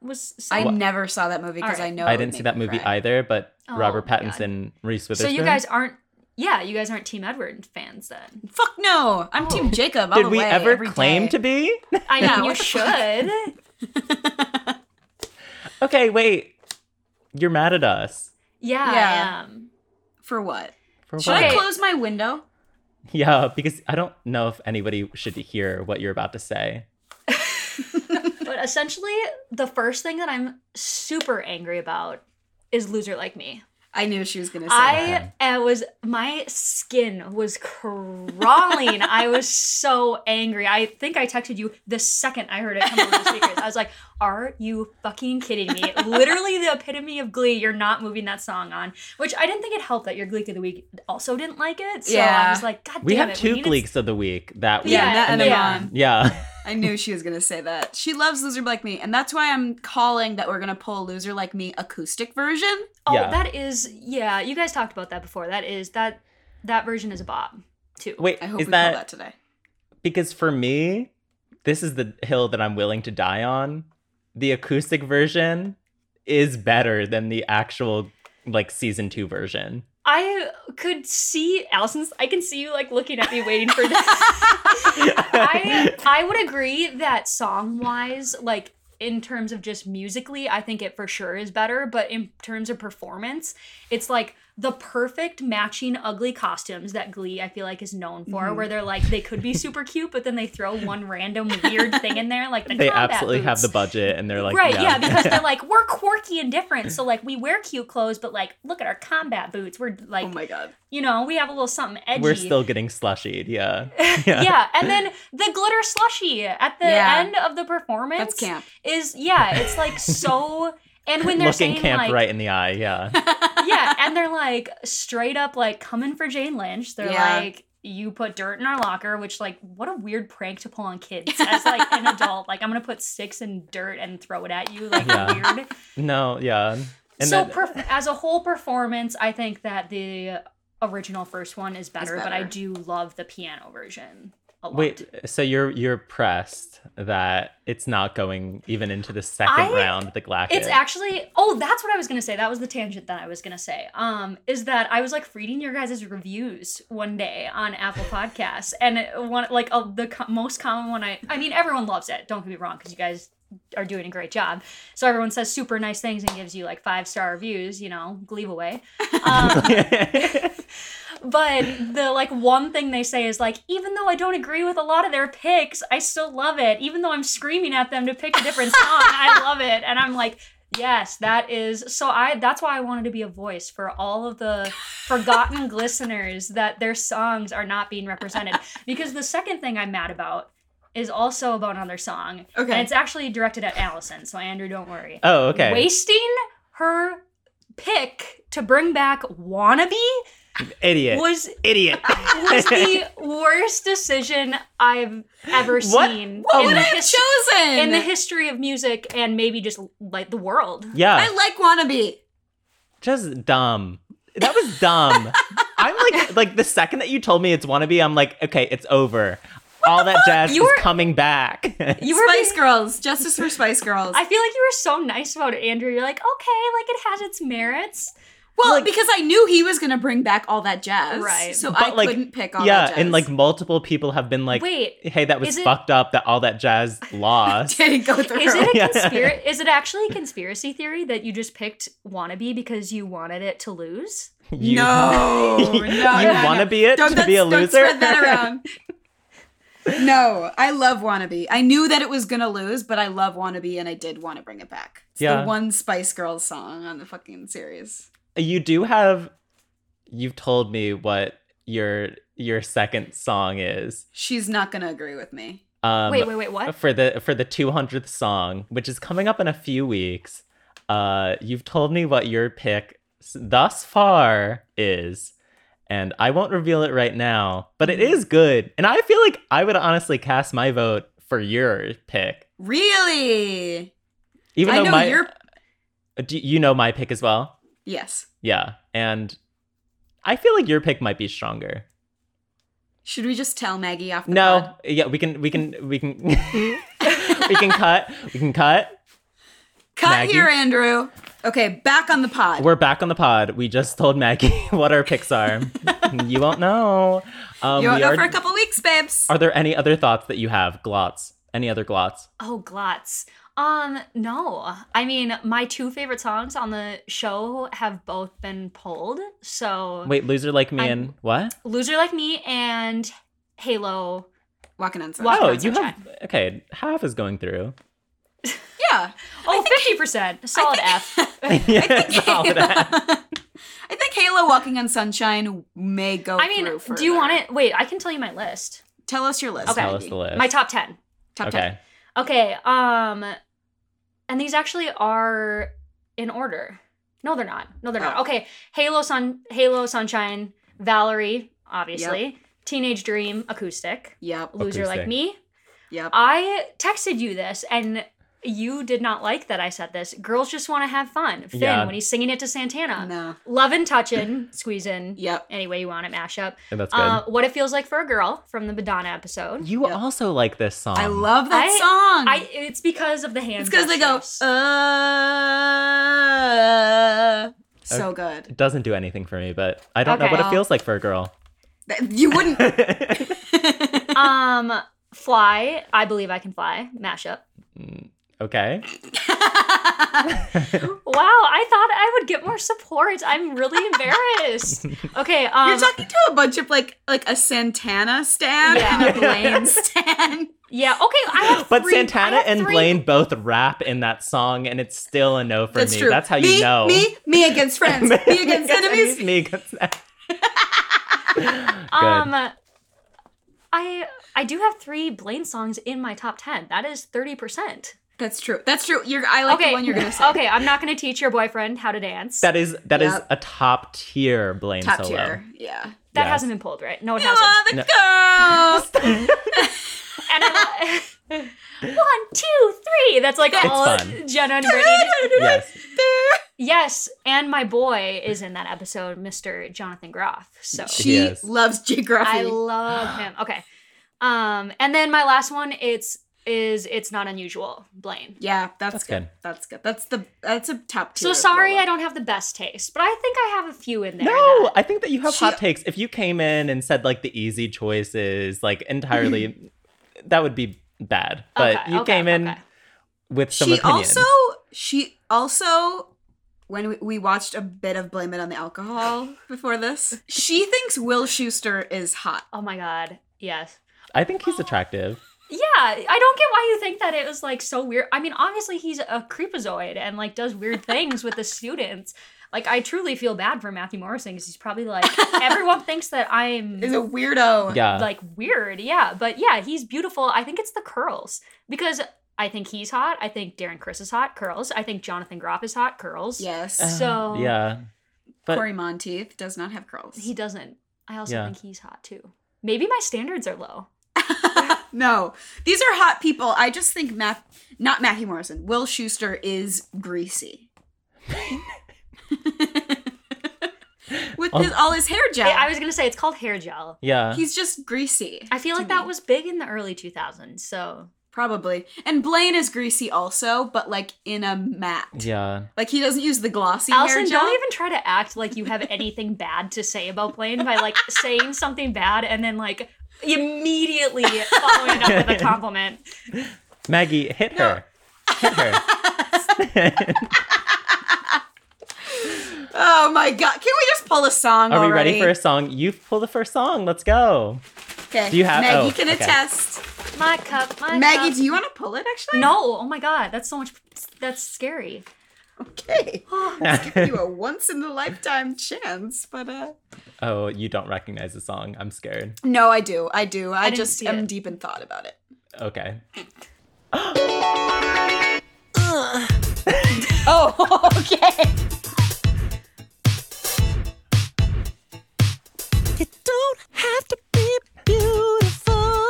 [SPEAKER 4] was
[SPEAKER 3] I
[SPEAKER 2] Wha-
[SPEAKER 3] never saw that movie because
[SPEAKER 4] All right.
[SPEAKER 3] I know
[SPEAKER 2] i
[SPEAKER 3] it would
[SPEAKER 2] didn't see
[SPEAKER 3] make
[SPEAKER 2] that
[SPEAKER 3] me
[SPEAKER 2] movie
[SPEAKER 3] cry.
[SPEAKER 2] either but
[SPEAKER 4] Oh,
[SPEAKER 2] robert
[SPEAKER 4] God.
[SPEAKER 2] pattinson reese
[SPEAKER 4] So
[SPEAKER 2] witherspoon
[SPEAKER 4] you guys aren't Yeah, you guys aren't Team Edward fans then.
[SPEAKER 3] Fuck Oh, no. I'm
[SPEAKER 4] Oh.
[SPEAKER 3] Team Jacob. All
[SPEAKER 2] Did
[SPEAKER 3] the
[SPEAKER 2] we
[SPEAKER 3] way,
[SPEAKER 2] ever
[SPEAKER 3] every
[SPEAKER 2] claim
[SPEAKER 3] day.
[SPEAKER 2] to be?
[SPEAKER 4] I
[SPEAKER 3] Yeah,
[SPEAKER 4] mean, you
[SPEAKER 3] what the fuck?
[SPEAKER 4] should.
[SPEAKER 2] okay, wait. You're mad at us.
[SPEAKER 3] Yeah.
[SPEAKER 4] Yeah, I am.
[SPEAKER 3] For what?
[SPEAKER 2] For
[SPEAKER 3] Should
[SPEAKER 2] what?
[SPEAKER 3] I
[SPEAKER 4] Okay.
[SPEAKER 3] close my window?
[SPEAKER 2] Yeah, because I don't know if anybody should hear what you're about to say.
[SPEAKER 4] But essentially, the first thing that I'm super angry about is Loser Like Me.
[SPEAKER 3] I knew she was gonna say that.
[SPEAKER 4] I, I was my skin was crawling. I was so angry. I think I texted you the second I heard it come over the speakers. I was like, "Are you fucking kidding me?" Literally the epitome of Glee. You're not moving that song on, which I didn't think it helped that your Gleek of the week also didn't like it. So
[SPEAKER 3] Yeah.
[SPEAKER 4] I was like, "God
[SPEAKER 2] We
[SPEAKER 4] damn
[SPEAKER 2] have
[SPEAKER 4] it,
[SPEAKER 2] two
[SPEAKER 4] need to-
[SPEAKER 2] Gleeks of the week that week.
[SPEAKER 4] Yeah,
[SPEAKER 3] Yeah,
[SPEAKER 4] and
[SPEAKER 3] and
[SPEAKER 4] then-
[SPEAKER 3] Iman.
[SPEAKER 2] Yeah.
[SPEAKER 3] I knew she was gonna say that. She loves Loser Like Me, and that's why I'm calling that we're gonna pull Loser Like Me acoustic version.
[SPEAKER 4] Oh,
[SPEAKER 2] Yeah.
[SPEAKER 4] that is yeah. You guys talked about that before. That is that that version is a bob too.
[SPEAKER 2] Wait,
[SPEAKER 3] I hope
[SPEAKER 2] is
[SPEAKER 3] we
[SPEAKER 2] that,
[SPEAKER 3] pull that today.
[SPEAKER 2] because for me, this is the hill that I'm willing to die on. The acoustic version is better than the actual like season 2 version.
[SPEAKER 4] I could see Allison's. I can see you like looking at me, waiting for this. I I would agree that song wise, like in terms of just musically, I think it for sure is better. But in terms of performance, it's like the perfect matching ugly costumes that Glee I feel like is known for,
[SPEAKER 2] Mm-hmm.
[SPEAKER 3] Mhm.
[SPEAKER 4] where they're like they could be super cute, but then they throw one random weird thing in there, like the
[SPEAKER 2] they
[SPEAKER 4] combat
[SPEAKER 2] absolutely have
[SPEAKER 4] boots
[SPEAKER 2] the budget and they're like
[SPEAKER 4] right, yeah. because they're like we're quirky and different, so like we wear cute clothes, but like look at our combat boots. We're like,
[SPEAKER 3] oh my god.
[SPEAKER 4] you know, we have a little something edgy.
[SPEAKER 2] we're still getting slushied, yeah.
[SPEAKER 4] yeah. and then the glitter slushy at the
[SPEAKER 3] Yeah.
[SPEAKER 4] end of the performance
[SPEAKER 3] That's camp.
[SPEAKER 4] is yeah, it's like so. And when they're
[SPEAKER 2] Looking
[SPEAKER 4] saying
[SPEAKER 2] camp
[SPEAKER 4] like
[SPEAKER 2] right in the eye, yeah.
[SPEAKER 4] yeah, and they're like straight up like coming for Jane Lynch. They're
[SPEAKER 3] Yeah.
[SPEAKER 4] like, you put dirt in our locker, which like what a weird prank to pull on kids as like an adult. Like I'm gonna put sticks and dirt and throw it at you, like
[SPEAKER 2] Yeah.
[SPEAKER 4] weird.
[SPEAKER 2] No, yeah. And
[SPEAKER 4] so
[SPEAKER 2] then-
[SPEAKER 4] perf- as a whole performance, I think that the original first one is better, but I
[SPEAKER 3] better.
[SPEAKER 4] do love the piano version a lot.
[SPEAKER 2] Wait, so you're you're pressed that it's not going even into the second
[SPEAKER 4] I-
[SPEAKER 2] round, the Glacket.
[SPEAKER 4] It's actually oh, that's what I was gonna say. That was the tangent that I was gonna say. Um, is that I was like reading your guys' reviews one day on Apple Podcasts, and it- one like uh, the co- most common one I I mean everyone loves it. Don't get me wrong, because you guys are doing a great job. So everyone says super nice things and gives you like five star reviews. You know, gleave away. Um, but the like one thing they say is like even though i don't agree with a lot of their picks i still love it even though i'm screaming at them to pick a different song i love it and i'm like yes that is so i that's why i wanted to be a voice for all of the forgotten listeners that their songs are not being represented because the second thing i'm mad about is also about another song and
[SPEAKER 3] Okay.
[SPEAKER 4] it's actually directed at allison so andrew don't worry
[SPEAKER 2] oh, okay.
[SPEAKER 4] wasting her pick to bring back wannabe
[SPEAKER 2] Idiot.
[SPEAKER 4] was
[SPEAKER 2] Idiot.
[SPEAKER 4] was the worst decision I've ever
[SPEAKER 2] What-
[SPEAKER 4] seen
[SPEAKER 3] Oh, What
[SPEAKER 4] in,
[SPEAKER 3] would
[SPEAKER 4] the
[SPEAKER 3] I have
[SPEAKER 4] his-
[SPEAKER 3] chosen?
[SPEAKER 4] in the history of music and maybe just like the world.
[SPEAKER 2] yeah.
[SPEAKER 3] I like wannabe.
[SPEAKER 2] just dumb. That was dumb. I'm like like the second that you told me it's wannabe, I'm like, okay, it's over. All that jazz
[SPEAKER 4] You
[SPEAKER 2] is
[SPEAKER 4] were-
[SPEAKER 2] coming back.
[SPEAKER 4] You were
[SPEAKER 3] Spice
[SPEAKER 4] being-
[SPEAKER 3] Girls. Justice for Spice Girls.
[SPEAKER 4] I feel like you were so nice about it, Andrew. You're like, okay, like it has its merits.
[SPEAKER 3] well, because I knew he was gonna bring back all that jazz.
[SPEAKER 4] Right.
[SPEAKER 3] So
[SPEAKER 2] But,
[SPEAKER 3] I
[SPEAKER 2] like,
[SPEAKER 3] couldn't pick all
[SPEAKER 2] yeah,
[SPEAKER 3] that jazz.
[SPEAKER 2] and like multiple people have been like,
[SPEAKER 4] Wait,
[SPEAKER 2] hey, that was
[SPEAKER 4] is it-
[SPEAKER 2] fucked up that all that jazz lost.
[SPEAKER 3] didn't go through.
[SPEAKER 4] is it a
[SPEAKER 2] Yeah.
[SPEAKER 4] conspiracy? is it actually a conspiracy theory that you just picked wannabe because you wanted it to lose?
[SPEAKER 2] You,
[SPEAKER 3] no, no,
[SPEAKER 2] you
[SPEAKER 3] no, no.
[SPEAKER 2] want to be it
[SPEAKER 3] don't,
[SPEAKER 2] to be a
[SPEAKER 3] that's-
[SPEAKER 2] loser?
[SPEAKER 3] Don't spread that around. no, I love wannabe. I knew that it was gonna lose, but I love wannabe, and I did want to bring it back. It's
[SPEAKER 2] Yeah.
[SPEAKER 3] the one Spice Girls song on the fucking series.
[SPEAKER 2] you do have you've told me what your your second song is
[SPEAKER 3] She's not gonna agree with me.
[SPEAKER 2] um
[SPEAKER 4] wait, wait, wait, what?
[SPEAKER 2] for the for the 200th song which is coming up in a few weeks uh you've told me what your pick s- thus far is and i won't reveal it right now but it is good and i feel like i would honestly cast my vote for your pick
[SPEAKER 3] Really?
[SPEAKER 2] even
[SPEAKER 3] I
[SPEAKER 2] though
[SPEAKER 3] know
[SPEAKER 2] my
[SPEAKER 3] you're.
[SPEAKER 2] do you know my pick as well
[SPEAKER 3] Yes.
[SPEAKER 2] yeah and i feel like your pick might be stronger
[SPEAKER 3] Should we just tell Maggie off? The
[SPEAKER 2] No,
[SPEAKER 3] pod?
[SPEAKER 2] yeah, we can, we can, we can, we can cut, we can cut.
[SPEAKER 3] Cut
[SPEAKER 2] Maggie?
[SPEAKER 3] here, Andrew. Okay, back on the pod.
[SPEAKER 2] We're back on the pod. We just told Maggie what our picks are. you won't know. Um,
[SPEAKER 3] you won't
[SPEAKER 2] we
[SPEAKER 3] know
[SPEAKER 2] are,
[SPEAKER 3] for a couple weeks, babes.
[SPEAKER 2] are there any other thoughts that you have? Glots. Any other glots?
[SPEAKER 4] Oh, Glots. Um, no. I mean, my two favorite songs on the show have both been pulled. So,
[SPEAKER 2] Wait, loser like me
[SPEAKER 4] I'm-
[SPEAKER 2] and what?
[SPEAKER 4] Loser Like Me and Halo.
[SPEAKER 3] Walking on sunshine.
[SPEAKER 4] Walk
[SPEAKER 2] Oh,
[SPEAKER 4] on
[SPEAKER 2] you
[SPEAKER 4] Sunshine.
[SPEAKER 2] have okay. Half is going through.
[SPEAKER 3] Yeah.
[SPEAKER 4] Oh, 50%. Solid F.
[SPEAKER 2] yeah, solid F.
[SPEAKER 3] I think Halo Walking on Sunshine may go.
[SPEAKER 4] I mean,
[SPEAKER 3] through further.
[SPEAKER 4] do you want it? Wait, I can tell you my list.
[SPEAKER 3] Tell us your list.
[SPEAKER 4] Okay.
[SPEAKER 2] Tell us
[SPEAKER 3] Maggie.
[SPEAKER 2] the list.
[SPEAKER 4] My top 10.
[SPEAKER 3] Top ten.
[SPEAKER 2] okay.
[SPEAKER 4] Okay, um and these actually are in order. No, they're not. No, they're not.
[SPEAKER 3] Oh.
[SPEAKER 4] Okay. Halo Sun Halo Sunshine, Valerie, obviously. Teenage Dream Acoustic.
[SPEAKER 3] Yep.
[SPEAKER 4] Loser like
[SPEAKER 2] Acoustic.
[SPEAKER 4] me.
[SPEAKER 3] Yep.
[SPEAKER 4] I texted you this and you did not like that I said this. Girls just want to have fun. Finn
[SPEAKER 2] Yeah.
[SPEAKER 4] when he's singing it to Santana.
[SPEAKER 3] no.
[SPEAKER 4] Love and touchin', squeezin'.
[SPEAKER 3] Yep.
[SPEAKER 4] Any way you want it, mashup.
[SPEAKER 2] Yeah, That's good.
[SPEAKER 4] Uh, what it feels like for a girl from the Madonna episode.
[SPEAKER 2] you
[SPEAKER 3] Um, yeah.
[SPEAKER 2] also like this song.
[SPEAKER 3] I love that
[SPEAKER 4] I-
[SPEAKER 3] song.
[SPEAKER 4] I it's because of the hand.
[SPEAKER 3] it's because they go.
[SPEAKER 4] gestures.
[SPEAKER 3] Uh, so good.
[SPEAKER 2] It doesn't do anything for me, but I don't know
[SPEAKER 4] Okay.
[SPEAKER 2] what it
[SPEAKER 3] Well-
[SPEAKER 2] feels like for a girl.
[SPEAKER 3] That- You wouldn't. uh.
[SPEAKER 4] um fly i believe i can fly mashup
[SPEAKER 2] okay.
[SPEAKER 4] wow i thought i would get more support i'm really embarrassed okay um
[SPEAKER 3] You're talking to a bunch of like like a Santana stand
[SPEAKER 4] Yeah.
[SPEAKER 3] and a Blaine stand.
[SPEAKER 4] yeah okay i have
[SPEAKER 2] But
[SPEAKER 4] three- I
[SPEAKER 2] Santana
[SPEAKER 4] have
[SPEAKER 2] and
[SPEAKER 4] three-
[SPEAKER 2] Blaine both rap in that song, and it's still a no for
[SPEAKER 3] That's
[SPEAKER 2] me.
[SPEAKER 3] true.
[SPEAKER 2] That's how
[SPEAKER 3] me,
[SPEAKER 2] you know.
[SPEAKER 3] Me, me against friends. me against enemies.
[SPEAKER 2] Me against
[SPEAKER 4] um i i do have three blaine songs in my top 10 that is 30%
[SPEAKER 3] That's true. That's true. You're. I like
[SPEAKER 4] okay
[SPEAKER 3] the one you're gonna
[SPEAKER 2] Oh,
[SPEAKER 3] say.
[SPEAKER 4] okay i'm not gonna teach your boyfriend how to dance that,
[SPEAKER 2] That is that is
[SPEAKER 3] Yep.
[SPEAKER 2] a top tier Blaine
[SPEAKER 3] Top
[SPEAKER 2] solo.
[SPEAKER 3] tier. Yeah.
[SPEAKER 2] yes.
[SPEAKER 4] hasn't been pulled right no it
[SPEAKER 3] You
[SPEAKER 4] hasn't
[SPEAKER 3] are the
[SPEAKER 2] No.
[SPEAKER 3] girl.
[SPEAKER 4] and I, one two three that's like
[SPEAKER 3] It's
[SPEAKER 4] all
[SPEAKER 2] fun.
[SPEAKER 4] jenna and brittany
[SPEAKER 2] Yes.
[SPEAKER 4] Yes, and my boy is in that episode, Mr. Jonathan Groff. So
[SPEAKER 2] He
[SPEAKER 3] She
[SPEAKER 2] is.
[SPEAKER 3] loves geography.
[SPEAKER 4] I love him. Okay. Um, and then my last one, it's is it's not unusual, Blaine.
[SPEAKER 3] yeah, that's,
[SPEAKER 2] That's
[SPEAKER 3] good.
[SPEAKER 2] good.
[SPEAKER 3] That's good. That's the that's a top tier.
[SPEAKER 4] So sorry, I
[SPEAKER 3] roll-up.
[SPEAKER 4] don't have the best taste, but I think I have a few in there.
[SPEAKER 2] No,
[SPEAKER 4] that-
[SPEAKER 2] I think that you have
[SPEAKER 3] She-
[SPEAKER 2] hot takes. If you came in and said like the easy choices, like entirely,
[SPEAKER 3] Mm-hmm.
[SPEAKER 2] that would be bad. But
[SPEAKER 4] Okay,
[SPEAKER 2] you
[SPEAKER 4] okay,
[SPEAKER 2] came in
[SPEAKER 4] okay.
[SPEAKER 2] with some
[SPEAKER 3] she
[SPEAKER 2] opinions.
[SPEAKER 3] also she also when we, we watched a bit of Blame It on the Alcohol before this, she thinks Will Schuster is hot.
[SPEAKER 4] Oh my god. Yes.
[SPEAKER 2] I think he's attractive.
[SPEAKER 4] Yeah, I don't get why you think that it was like so weird. I mean, obviously he's a creepazoid and like does weird things with the students. Like I truly feel bad for Matthew Morrison because he's probably like everyone thinks that I'm
[SPEAKER 3] Is a weirdo.
[SPEAKER 2] Yeah.
[SPEAKER 4] like weird. Yeah, but yeah, he's beautiful. I think it's the curls because I think he's hot. I think Darren Chris is hot. Curls. I think Jonathan Groff is hot. Curls.
[SPEAKER 3] Yes.
[SPEAKER 2] Uh,
[SPEAKER 4] so-
[SPEAKER 2] yeah, but
[SPEAKER 3] Corey Monteith does not have curls.
[SPEAKER 4] He doesn't. I also
[SPEAKER 2] Yeah.
[SPEAKER 4] think he's hot too. Maybe my standards are low.
[SPEAKER 3] no, these are hot people. I just think Matt, not Matthew Morrison. Will Schuster is greasy. With his, all his hair gel,
[SPEAKER 4] I, I was gonna say it's called hair gel.
[SPEAKER 2] yeah.
[SPEAKER 3] he's just greasy.
[SPEAKER 4] I feel
[SPEAKER 3] to
[SPEAKER 4] like that
[SPEAKER 3] me.
[SPEAKER 4] was big in the early 2000s. So
[SPEAKER 3] probably. And Blaine is greasy also, but like in a matte.
[SPEAKER 2] yeah.
[SPEAKER 3] Like he doesn't use the glossy
[SPEAKER 4] Allison,
[SPEAKER 3] hair gel.
[SPEAKER 4] don't even try to act like you have anything bad to say about Blaine by like saying something bad and then like immediately following it up with a compliment.
[SPEAKER 2] Maggie, hit her. Hit her.
[SPEAKER 3] oh my god! Can we just pull a song?
[SPEAKER 2] Are we
[SPEAKER 3] already?
[SPEAKER 2] ready for a song? You've pulled the first song. Let's go.
[SPEAKER 3] Okay.
[SPEAKER 2] Do you have-
[SPEAKER 3] Maggie
[SPEAKER 2] oh,
[SPEAKER 3] can
[SPEAKER 2] okay.
[SPEAKER 3] attest.
[SPEAKER 4] My cup, Oh my
[SPEAKER 3] Maggie,
[SPEAKER 4] cup.
[SPEAKER 3] do you want to pull it? Actually,
[SPEAKER 4] No, oh my god, that's so much. That's scary.
[SPEAKER 3] Okay. Let's give you a once in a lifetime chance, but uh
[SPEAKER 2] Oh, you don't recognize the song. I'm scared.
[SPEAKER 3] No, I do. I do. I,
[SPEAKER 4] didn't
[SPEAKER 3] just
[SPEAKER 4] see
[SPEAKER 3] am
[SPEAKER 4] it.
[SPEAKER 3] deep in thought about it.
[SPEAKER 2] Okay.
[SPEAKER 3] Oh, okay.
[SPEAKER 1] You don't have to be beautiful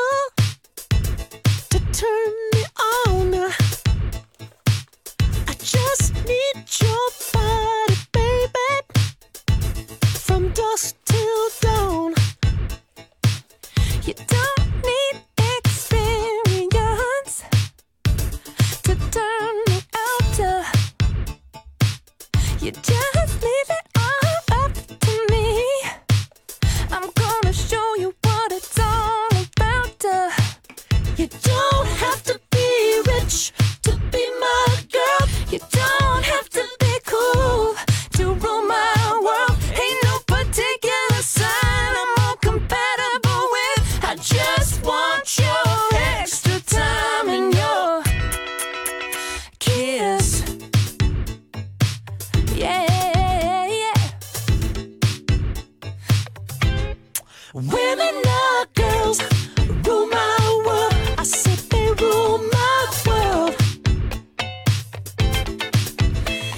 [SPEAKER 1] to turn me on. I just need your body, baby, from dusk till dawn. You don't need experience to turn me out.
[SPEAKER 5] uh. You don't have to be rich to be my girl. You don't have to be cool to rule my world. Ain't no particular sign I'm more compatible with. I just want your extra time and your kiss. Yeah, yeah. Women are girls, rule my world. I said they rule my world.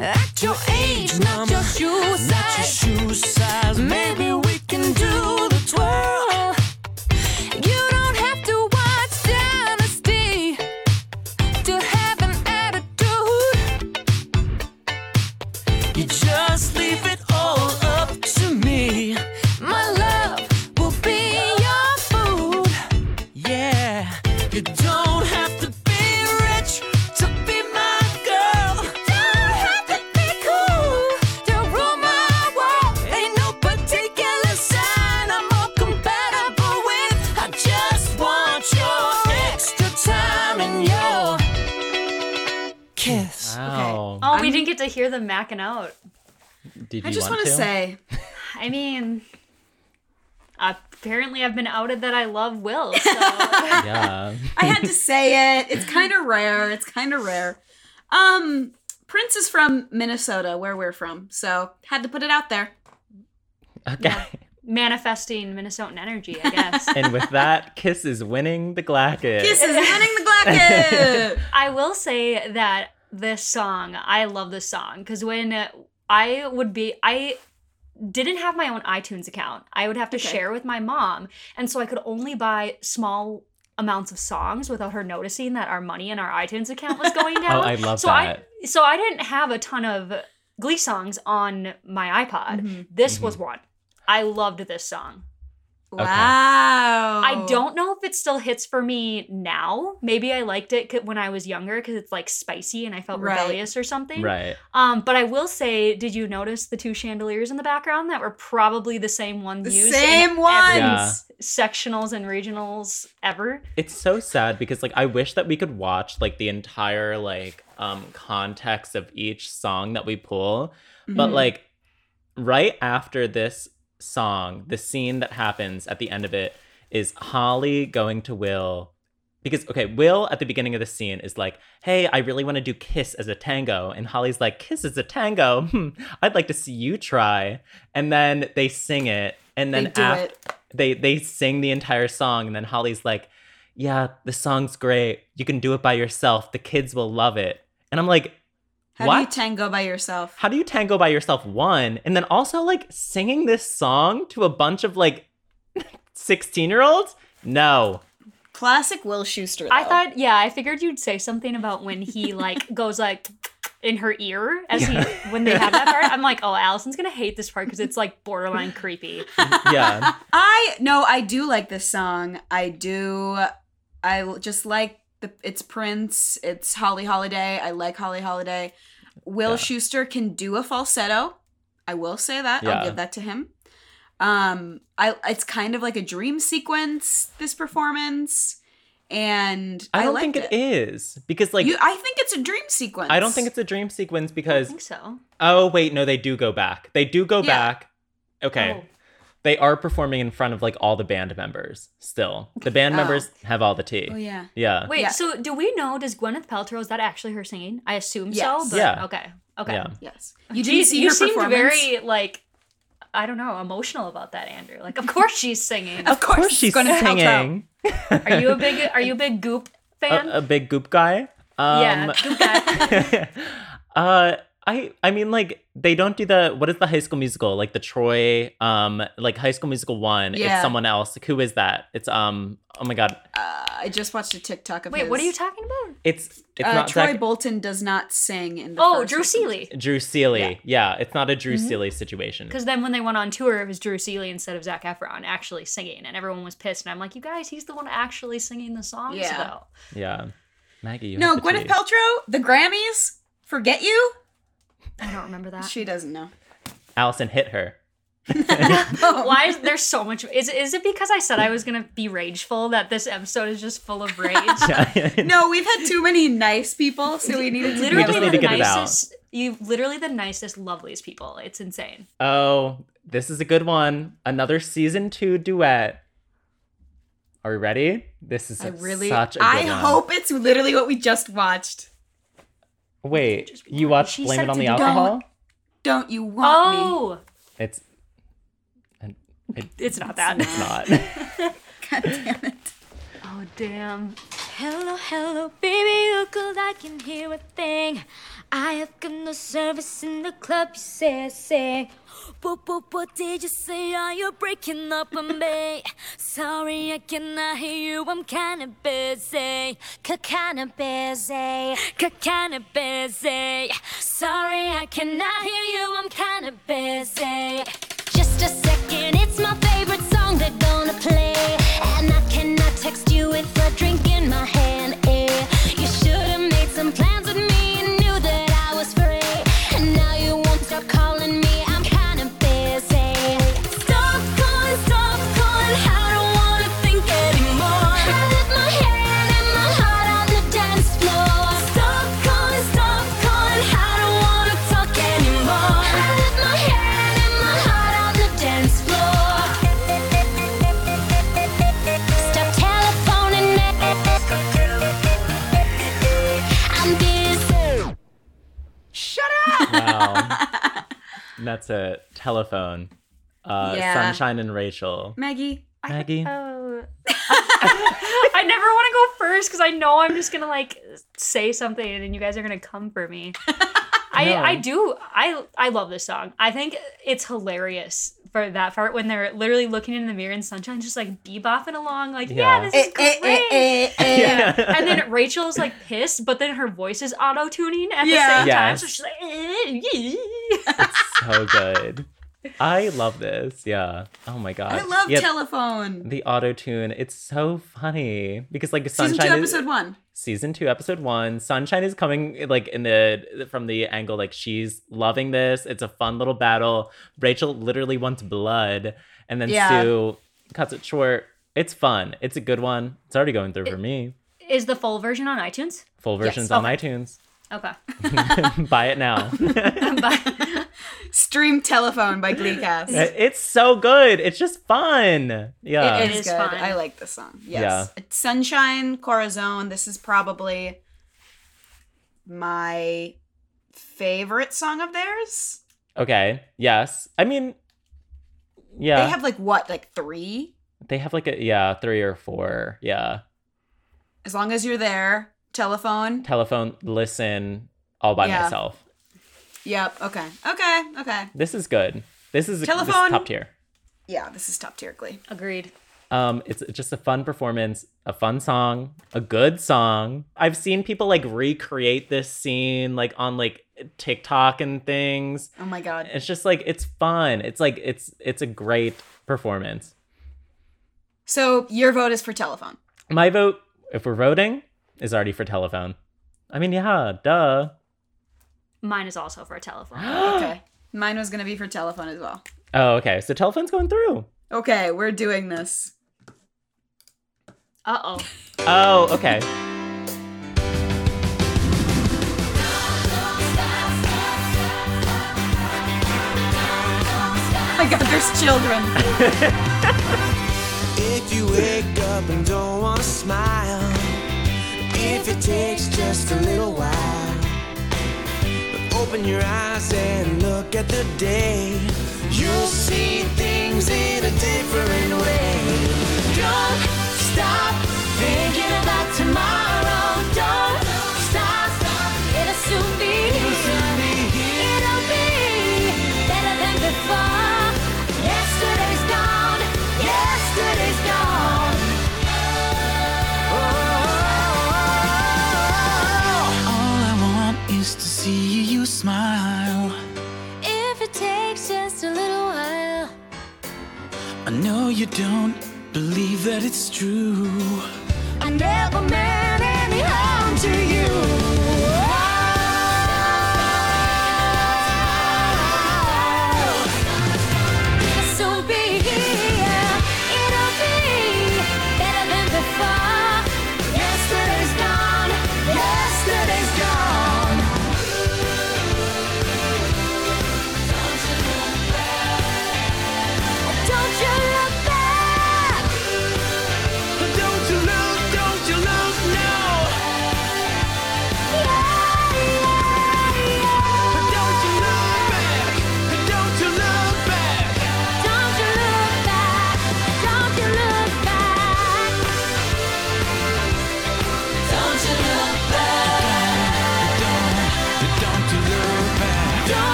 [SPEAKER 5] At your age, not your shoe size.
[SPEAKER 6] shoe size.
[SPEAKER 5] Maybe we can do the twirl. You don't have to watch Dynasty to have an attitude.
[SPEAKER 6] You just leave it all up to me.
[SPEAKER 5] My love will be your food.
[SPEAKER 6] Yeah. You don't have to be rich to be my girl.
[SPEAKER 5] Don't have to be cool to rule my world. Ain't no particular sign I'm more compatible with. I just want your extra time and your
[SPEAKER 6] Kiss.
[SPEAKER 2] Wow.
[SPEAKER 4] Oh, we didn't get to hear them macking out.
[SPEAKER 2] Did you
[SPEAKER 3] I just
[SPEAKER 2] want
[SPEAKER 3] want to say,
[SPEAKER 4] I mean, apparently I've been outed that I love Will. So.
[SPEAKER 2] Yeah.
[SPEAKER 3] I had to say it. It's kind of rare. It's kind of rare. Um, Prince is from Minnesota, where we're from, so had to put it out there.
[SPEAKER 2] Okay.
[SPEAKER 4] Manifesting Minnesotan energy, I guess.
[SPEAKER 2] and with that, Kiss is winning the Glacket.
[SPEAKER 3] This is winning the Glacket.
[SPEAKER 4] I will say that this song, I love this song because when I would be, I didn't have my own iTunes account. I would have to share with my mom. And so I could only buy small amounts of songs without her noticing that our money in our iTunes account was going down.
[SPEAKER 2] Oh, I love
[SPEAKER 4] so I, so I didn't have a ton of Glee songs on my
[SPEAKER 3] Mm-hmm.
[SPEAKER 4] iPod. This was one. I loved this song.
[SPEAKER 3] Wow.
[SPEAKER 4] I don't know if it still hits for me now. Maybe I liked it c- when I was younger because it's like spicy and I felt
[SPEAKER 3] Right.
[SPEAKER 4] rebellious or something.
[SPEAKER 2] Right.
[SPEAKER 4] Um, but I will say, did you notice the two chandeliers in the background that were probably the same ones
[SPEAKER 3] The
[SPEAKER 4] used?
[SPEAKER 3] same
[SPEAKER 4] in
[SPEAKER 3] ones!
[SPEAKER 4] every
[SPEAKER 2] Yeah.
[SPEAKER 4] Sectionals and regionals ever.
[SPEAKER 2] It's so sad because like I wish that we could watch like the entire like um context of each song that we pull.
[SPEAKER 3] Mm-hmm.
[SPEAKER 2] But like right after this song, the scene that happens at the end of it is Holly going to Will because okay, Will at the beginning of the scene is like, "Hey, I really want to do kiss as a tango," and Holly's like, "Kiss as a tango? Hmm, I'd like to see you try." And then they sing it, and
[SPEAKER 3] They
[SPEAKER 2] then
[SPEAKER 3] do
[SPEAKER 2] af-
[SPEAKER 3] it.
[SPEAKER 2] they they sing the entire song, and then Holly's like, "Yeah, the song's great. You can do it by yourself. The kids will love it." And I'm like,
[SPEAKER 3] How do you
[SPEAKER 2] "What?
[SPEAKER 3] tango by yourself?
[SPEAKER 2] How do you tango by yourself? One, and then also like singing this song to a bunch of like sixteen year olds? No,
[SPEAKER 3] Classic Will Schuster.
[SPEAKER 4] I
[SPEAKER 3] though.
[SPEAKER 4] thought, yeah, I figured you'd say something about when he like goes like in her ear as he when they have that part. I'm like, oh, Allison's gonna hate this part because it's like borderline creepy.
[SPEAKER 2] yeah."
[SPEAKER 3] I no, I do like this song. I do. I l- just like the. It's Prince. It's Holly Holiday. I like Holly Holiday. Will
[SPEAKER 2] Yeah.
[SPEAKER 3] Schuster can do a falsetto. I will say that.
[SPEAKER 2] Yeah.
[SPEAKER 3] I'll give that to him. Um, I it's kind of like a dream sequence. This performance, and
[SPEAKER 2] I
[SPEAKER 3] I,
[SPEAKER 2] don't
[SPEAKER 3] liked
[SPEAKER 2] think
[SPEAKER 3] it.
[SPEAKER 2] it is because like
[SPEAKER 3] you, I think it's a dream sequence.
[SPEAKER 2] I don't think it's a dream sequence
[SPEAKER 4] I
[SPEAKER 2] because
[SPEAKER 4] think so.
[SPEAKER 2] oh wait no they do go back they do go
[SPEAKER 3] Yeah.
[SPEAKER 2] back okay
[SPEAKER 4] Oh.
[SPEAKER 2] they are performing in front of like all the band members still the band
[SPEAKER 3] Oh.
[SPEAKER 2] members have all the tea
[SPEAKER 3] Oh yeah.
[SPEAKER 2] yeah
[SPEAKER 4] Wait,
[SPEAKER 3] Yeah.
[SPEAKER 4] so do we know? Does Gwyneth Paltrow is that actually her singing? I assume so.
[SPEAKER 3] Yes.
[SPEAKER 4] But,
[SPEAKER 2] Yeah.
[SPEAKER 4] Okay. Okay.
[SPEAKER 2] Yeah.
[SPEAKER 3] Yes. You
[SPEAKER 4] Jeez,
[SPEAKER 3] didn't see
[SPEAKER 4] you
[SPEAKER 3] her
[SPEAKER 4] seemed
[SPEAKER 3] performance.
[SPEAKER 4] very like I don't know emotional about that, Andrew. Like, of course she's singing.
[SPEAKER 3] Of course, it's
[SPEAKER 2] she's
[SPEAKER 3] Gwyneth Paltrow.
[SPEAKER 2] singing
[SPEAKER 4] Are you a big Are you a big Goop fan?
[SPEAKER 2] a, a big goop guy Uh, um
[SPEAKER 4] yeah, Goop guy.
[SPEAKER 2] uh I, I mean like they don't do the what is the high school musical like the Troy um like high school musical one
[SPEAKER 3] Yeah.
[SPEAKER 2] it's someone else Like, who is that it's um oh my god
[SPEAKER 3] I just watched a TikTok of
[SPEAKER 4] Wait, what are
[SPEAKER 3] his.
[SPEAKER 4] you talking about?
[SPEAKER 2] it's it's
[SPEAKER 3] uh,
[SPEAKER 2] not
[SPEAKER 3] Troy
[SPEAKER 2] Zach-
[SPEAKER 3] Bolton does not sing in the
[SPEAKER 4] Oh,
[SPEAKER 3] first
[SPEAKER 4] Drew Seeley.
[SPEAKER 2] Drew Seeley yeah. it's not a Drew
[SPEAKER 3] Mm-hmm.
[SPEAKER 2] Seeley situation
[SPEAKER 4] Because then when they went on tour, it was Drew Seeley instead of Zach Efron actually singing, and everyone was pissed. And I'm like, you guys, he's the one actually singing the songs
[SPEAKER 3] Yeah.
[SPEAKER 4] though.
[SPEAKER 2] Yeah. Maggie, you
[SPEAKER 3] No,
[SPEAKER 2] have the
[SPEAKER 3] Gwyneth
[SPEAKER 2] tea.
[SPEAKER 3] Paltrow, the Grammys, forget you.
[SPEAKER 4] I don't remember that.
[SPEAKER 3] She doesn't know.
[SPEAKER 2] Allison hit her.
[SPEAKER 4] Why is there so much? Is is it because I said I was gonna be rageful that this episode is just full of rage?
[SPEAKER 3] No, we've had too many nice people, so we needed to
[SPEAKER 4] Literally
[SPEAKER 2] just need
[SPEAKER 4] the
[SPEAKER 2] to get it out.
[SPEAKER 4] nicest. You literally the nicest, loveliest people. It's insane.
[SPEAKER 2] oh, this is a good one. Another season two duet. Are we ready? This is
[SPEAKER 3] I really,
[SPEAKER 2] such a good
[SPEAKER 3] I
[SPEAKER 2] one.
[SPEAKER 3] hope it's literally what we just watched.
[SPEAKER 2] Wait,
[SPEAKER 4] Just
[SPEAKER 2] you
[SPEAKER 4] one.
[SPEAKER 2] watched
[SPEAKER 4] She
[SPEAKER 2] Blame
[SPEAKER 4] said
[SPEAKER 2] It on
[SPEAKER 4] to
[SPEAKER 2] the
[SPEAKER 4] do-
[SPEAKER 2] Alcohol?
[SPEAKER 3] Don't you want me?
[SPEAKER 4] Oh,
[SPEAKER 2] It's and it-
[SPEAKER 4] it's not that.
[SPEAKER 2] it's not.
[SPEAKER 3] God damn it.
[SPEAKER 4] Oh damn. Hello, hello, baby, look I can hear a thing.
[SPEAKER 5] I have got no service in the club, you say, I say. But, but what did you say? Are you breaking up on me? Sorry, I cannot hear you, I'm kinda busy. K- Kinda busy. K- Kinda busy. Sorry, I cannot hear you, I'm kinda busy. Just a second, it's my favorite song they're gonna play. And I cannot text you with a drink in my hand, eh? You should've made some plans with me and knew that I was free. And now you won't stop calling me, I'm kinda busy. Stop calling, stop calling, I don't wanna think anymore. I left my head and my heart on the dance floor. Stop calling, stop calling, I don't wanna talk anymore. I left my head and my heart on the dance floor. Stop telephoning me. I'm busy.
[SPEAKER 2] Wow. And that's a telephone. Uh,
[SPEAKER 3] Yeah.
[SPEAKER 2] Sunshine and Rachel.
[SPEAKER 3] Maggie,
[SPEAKER 2] Maggie.
[SPEAKER 4] Oh. I never want to go first because I know I'm just gonna like say something and then you guys are gonna come for me. I,
[SPEAKER 2] No.
[SPEAKER 4] I do I I love this song. I think it's hilarious for that part when they're literally looking in the mirror and Sunshine's just like bebopping along like yeah,
[SPEAKER 2] Yeah.
[SPEAKER 4] this
[SPEAKER 3] Eh,
[SPEAKER 4] is great.
[SPEAKER 2] Yeah.
[SPEAKER 4] and then Rachel's like pissed, but then her voice is auto tuning at
[SPEAKER 3] Yeah.
[SPEAKER 4] the same time,
[SPEAKER 2] Yes.
[SPEAKER 4] so she's like, "Eh, yeah."
[SPEAKER 2] so good. I love this. Yeah. Oh my god.
[SPEAKER 3] I love
[SPEAKER 2] yeah,
[SPEAKER 3] telephone.
[SPEAKER 2] the auto tune. It's so funny because like
[SPEAKER 3] Season
[SPEAKER 2] Sunshine
[SPEAKER 3] two,
[SPEAKER 2] is
[SPEAKER 3] episode one.
[SPEAKER 2] season two, episode one. Sunshine is coming like in the from the angle like she's loving this. It's a fun little battle. Rachel literally wants blood, and then
[SPEAKER 3] Yeah.
[SPEAKER 2] Sue cuts it short. It's fun. It's a good one. It's already going through for me.
[SPEAKER 4] Is the full version on iTunes?
[SPEAKER 2] Full versions on iTunes.
[SPEAKER 4] Okay.
[SPEAKER 2] Buy it now.
[SPEAKER 4] Bye.
[SPEAKER 3] Stream telephone by Gleecast.
[SPEAKER 2] It- it's so good. It's just fun. Yeah.
[SPEAKER 3] it is,
[SPEAKER 4] is
[SPEAKER 3] good.
[SPEAKER 4] fun.
[SPEAKER 3] I like this song. Yes.
[SPEAKER 2] Uh, Yeah.
[SPEAKER 3] It's Sunshine, Corazon. This is probably my favorite song of theirs.
[SPEAKER 2] Okay. Yes. I mean, yeah.
[SPEAKER 3] They have like what, like three?
[SPEAKER 2] like a yeah three or four. Yeah.
[SPEAKER 3] As long as you're there. Telephone.
[SPEAKER 2] Telephone. Listen. All by
[SPEAKER 3] Yeah.
[SPEAKER 2] myself.
[SPEAKER 3] Yep. Okay. Okay. Okay.
[SPEAKER 2] This is good. This is this is
[SPEAKER 3] Telephone.
[SPEAKER 2] top tier.
[SPEAKER 3] Yeah, this is top tier Glee.
[SPEAKER 4] Agreed.
[SPEAKER 2] Um, it's just a fun performance, a fun song, a good song. I've seen people like recreate this scene like on like TikTok and things.
[SPEAKER 3] Oh my god.
[SPEAKER 2] It's just like it's fun. It's like it's it's a great performance.
[SPEAKER 3] So your vote is for telephone.
[SPEAKER 2] My vote, if we're voting, is already for telephone. I mean, yeah, duh.
[SPEAKER 4] Mine is also for a telephone.
[SPEAKER 3] Okay. Mine was gonna be for telephone as well.
[SPEAKER 2] Oh, okay. So telephone's going through.
[SPEAKER 3] Okay, we're doing this.
[SPEAKER 4] Uh oh.
[SPEAKER 2] Oh, okay.
[SPEAKER 3] Oh my god, there's children.
[SPEAKER 7] If you wake up and don't want to smile, if it takes just a little while, open your eyes and look at the day. You'll see things in a different way.
[SPEAKER 5] Don't stop thinking about tomorrow. Don't stop. It'll soon be here. It'll be better than before. Yesterday's gone. Yesterday's gone.
[SPEAKER 7] All I want is to see you smile.
[SPEAKER 5] If it takes just a little while.
[SPEAKER 7] I know you don't believe that it's true.
[SPEAKER 5] I never meant any harm to you. It's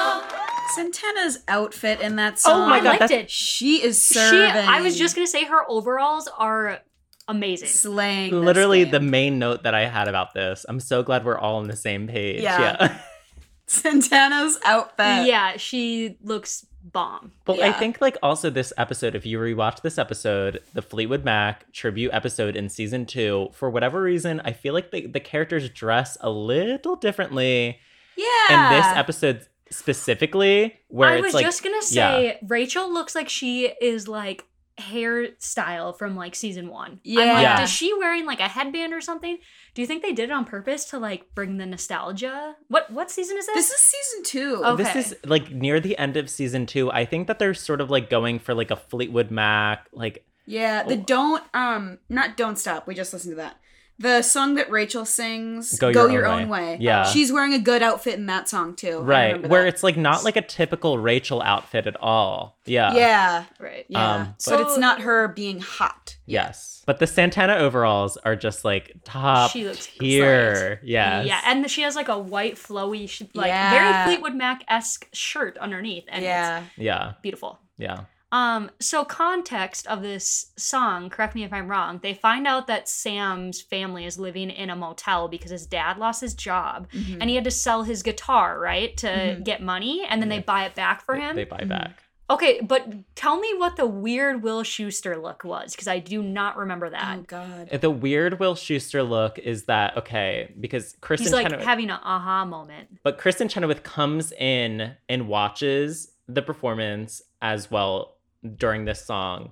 [SPEAKER 3] Alyssa's outfit in that song.
[SPEAKER 2] Oh my
[SPEAKER 4] I
[SPEAKER 2] God,
[SPEAKER 4] liked
[SPEAKER 2] that's-
[SPEAKER 4] it.
[SPEAKER 3] She is serving.
[SPEAKER 4] She, I was just gonna say her overalls are amazing.
[SPEAKER 3] slaying. this
[SPEAKER 2] Literally
[SPEAKER 3] game.
[SPEAKER 2] the main note that I had about this. I'm so glad we're all on the same page.
[SPEAKER 3] Yeah.
[SPEAKER 2] Yeah.
[SPEAKER 3] Santana's outfit.
[SPEAKER 4] yeah, she looks bomb.
[SPEAKER 2] Well, I
[SPEAKER 3] Yeah.
[SPEAKER 2] think like also this episode, if you rewatch this episode, the Fleetwood Mac tribute episode in season two, for whatever reason, I feel like the, the characters dress a little differently
[SPEAKER 3] yeah.
[SPEAKER 2] in this episode specifically, where
[SPEAKER 4] I was
[SPEAKER 2] it's like
[SPEAKER 4] just gonna say Rachel looks like she is like hairstyle from like season one. I'm like,
[SPEAKER 3] Yeah.
[SPEAKER 4] is she wearing like a headband or something? Do you think they did it on purpose to like bring the nostalgia? What what season is this?
[SPEAKER 3] This is season two.
[SPEAKER 4] Oh.
[SPEAKER 2] This
[SPEAKER 4] okay.
[SPEAKER 2] is like near the end of season two. I think that they're sort of like going for like a Fleetwood Mac, like
[SPEAKER 3] Yeah. The
[SPEAKER 2] Oh.
[SPEAKER 3] don't um not don't stop. We just listened to that. The song that Rachel sings,
[SPEAKER 2] Go Your Own Way. Yeah.
[SPEAKER 3] She's wearing a good outfit in that song too. I
[SPEAKER 2] right,
[SPEAKER 3] remember
[SPEAKER 2] where
[SPEAKER 3] that.
[SPEAKER 2] it's like not like a typical Rachel outfit at all. Yeah.
[SPEAKER 3] yeah,
[SPEAKER 4] right.
[SPEAKER 3] yeah.
[SPEAKER 2] uh, Um,
[SPEAKER 3] so
[SPEAKER 4] but-
[SPEAKER 3] it's not her being hot.
[SPEAKER 2] Yes. But the Santana overalls are just like top
[SPEAKER 4] She looks
[SPEAKER 2] tier. Yes.
[SPEAKER 4] Yeah, and she has like a white flowy, sh- like
[SPEAKER 3] Yeah.
[SPEAKER 4] very Fleetwood Mac esque shirt underneath, and yeah.
[SPEAKER 3] yeah.
[SPEAKER 2] yeah.
[SPEAKER 4] it's beautiful.
[SPEAKER 2] Yeah.
[SPEAKER 4] Um, so context of this song, correct me if I'm wrong, they find out that Sam's family is living in a motel because his dad lost his job
[SPEAKER 3] Mhm.
[SPEAKER 4] and
[SPEAKER 2] Mm-hmm.
[SPEAKER 4] he had to sell his guitar, right, to
[SPEAKER 3] Mhm.
[SPEAKER 4] get money and then they
[SPEAKER 2] Yeah.
[SPEAKER 4] buy it back for
[SPEAKER 2] They-
[SPEAKER 4] him. Mm-hmm.
[SPEAKER 2] They buy
[SPEAKER 3] Mhm.
[SPEAKER 2] back.
[SPEAKER 4] okay, but tell me what the weird Will Schuster look was because I do not remember that.
[SPEAKER 2] Mm-hmm.
[SPEAKER 3] Oh God.
[SPEAKER 2] The weird Will Schuster look is that okay, because Kristen
[SPEAKER 4] He's like
[SPEAKER 2] Chenoweth
[SPEAKER 4] having an aha moment.
[SPEAKER 2] but Kristen Chenoweth comes in and watches the performance as well during this song.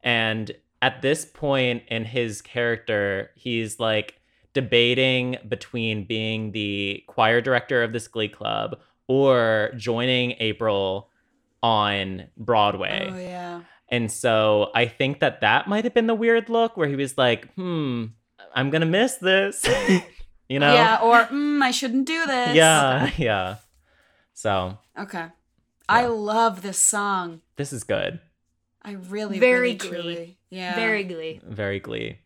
[SPEAKER 2] And at this point in his character, he's like debating between being the choir director of this glee club or joining April on Broadway.
[SPEAKER 3] Oh yeah.
[SPEAKER 2] And so I think that that might have been the weird look where he was like, hmm, I'm going to miss this. you know?
[SPEAKER 3] Yeah. Or mm, I shouldn't do this.
[SPEAKER 2] Yeah, yeah. So
[SPEAKER 3] Okay. I love this song.
[SPEAKER 2] this is good.
[SPEAKER 3] I really,
[SPEAKER 4] Very
[SPEAKER 3] really,
[SPEAKER 4] Glee.
[SPEAKER 3] truly- yeah,
[SPEAKER 4] Very glee.
[SPEAKER 2] Very glee.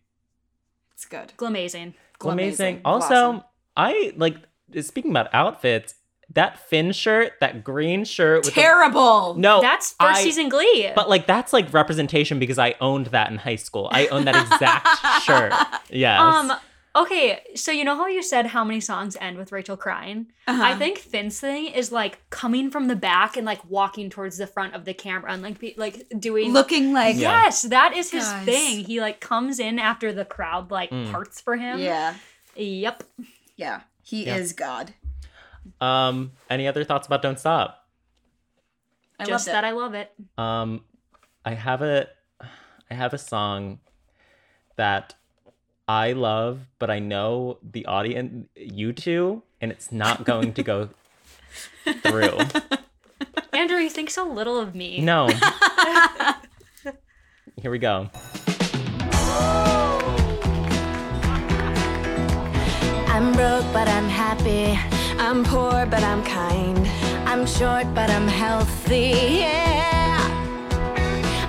[SPEAKER 3] It's good.
[SPEAKER 4] Glamazing.
[SPEAKER 2] Amazing.
[SPEAKER 3] Glamazing.
[SPEAKER 2] Also,
[SPEAKER 3] Blossom.
[SPEAKER 2] I like speaking about outfits, that fin shirt, that green shirt with the-
[SPEAKER 3] terrible.
[SPEAKER 2] no,
[SPEAKER 4] That's first
[SPEAKER 2] Oh, I-
[SPEAKER 4] season glee.
[SPEAKER 2] But like that's like representation because I owned that in high school. I owned that exact shirt. Yes.
[SPEAKER 4] Um. Okay, so you know how you said how many songs end with Rachel crying?
[SPEAKER 3] Uh-huh.
[SPEAKER 4] I think Finn's thing is like coming from the back and like walking towards the front of the camera and like be, like doing.
[SPEAKER 3] looking like
[SPEAKER 2] Yeah.
[SPEAKER 4] Yes, that is his
[SPEAKER 3] Guys.
[SPEAKER 4] thing. He like comes in after the crowd like
[SPEAKER 2] Mm.
[SPEAKER 4] parts for him.
[SPEAKER 3] yeah,
[SPEAKER 4] Yep.
[SPEAKER 3] yeah. He
[SPEAKER 2] Yeah.
[SPEAKER 3] is God.
[SPEAKER 2] Um, any other thoughts about Don't Stop?
[SPEAKER 3] I
[SPEAKER 4] Just
[SPEAKER 3] loved
[SPEAKER 4] that I love it.
[SPEAKER 2] Um I have a I have a song that I love, but I know the audience you two, and it's not going to go through.
[SPEAKER 4] Andrew, you think so little of me.
[SPEAKER 2] No. Here we go.
[SPEAKER 5] I'm broke, but I'm happy. I'm poor, but I'm kind. I'm short, but I'm healthy. Yeah.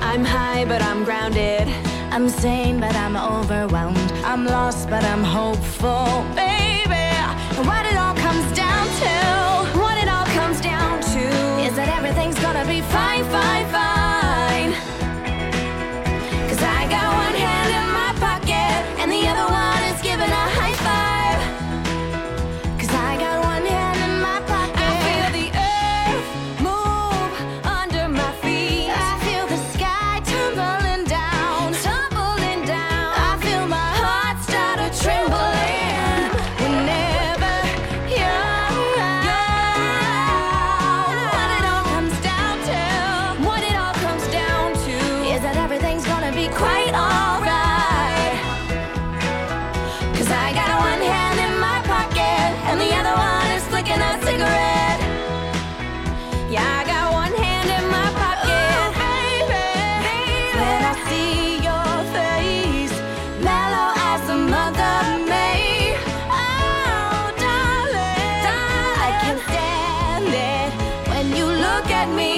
[SPEAKER 5] I'm high, but I'm grounded. I'm sane, but I'm overwhelmed. I'm lost, but I'm hopeful. Baby, what it all comes down to, what it all comes down to is that everything's gonna be fine, fine, fine. Cause I got one hand in my pocket and the other one is giving a high five. Cause I got one hand in my pocket. I feel the earth move under my feet. I feel the sky tumbling down, tumbling down. I feel my heart start a trembling. Whenever you're around, what it all comes down to, what it all comes down to is that everything's gonna be quite alright. Cause I got one hand in my pocket and the other one is flicking a cigarette. Yeah, I got one hand in my pocket. baby, When I see your face, mellow as the mother may. Oh, darling, I can stand it when you look at me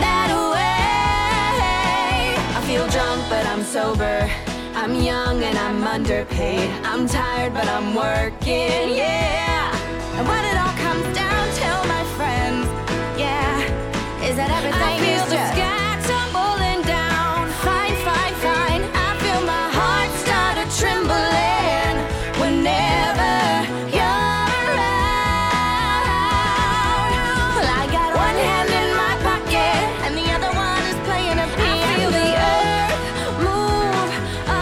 [SPEAKER 5] that way. I feel drunk, but I'm sober. I'm young and I'm underpaid. I'm tired, but I'm working, yeah. And what it all comes down to, my friends, yeah, is days that everything is
[SPEAKER 1] the
[SPEAKER 5] just
[SPEAKER 1] sky tumbling down.
[SPEAKER 5] fine, fine, fine. I feel my heart start a trembling whenever you're around. Well, I got one hand in my pocket and the other one is playing a piano. I feel the earth move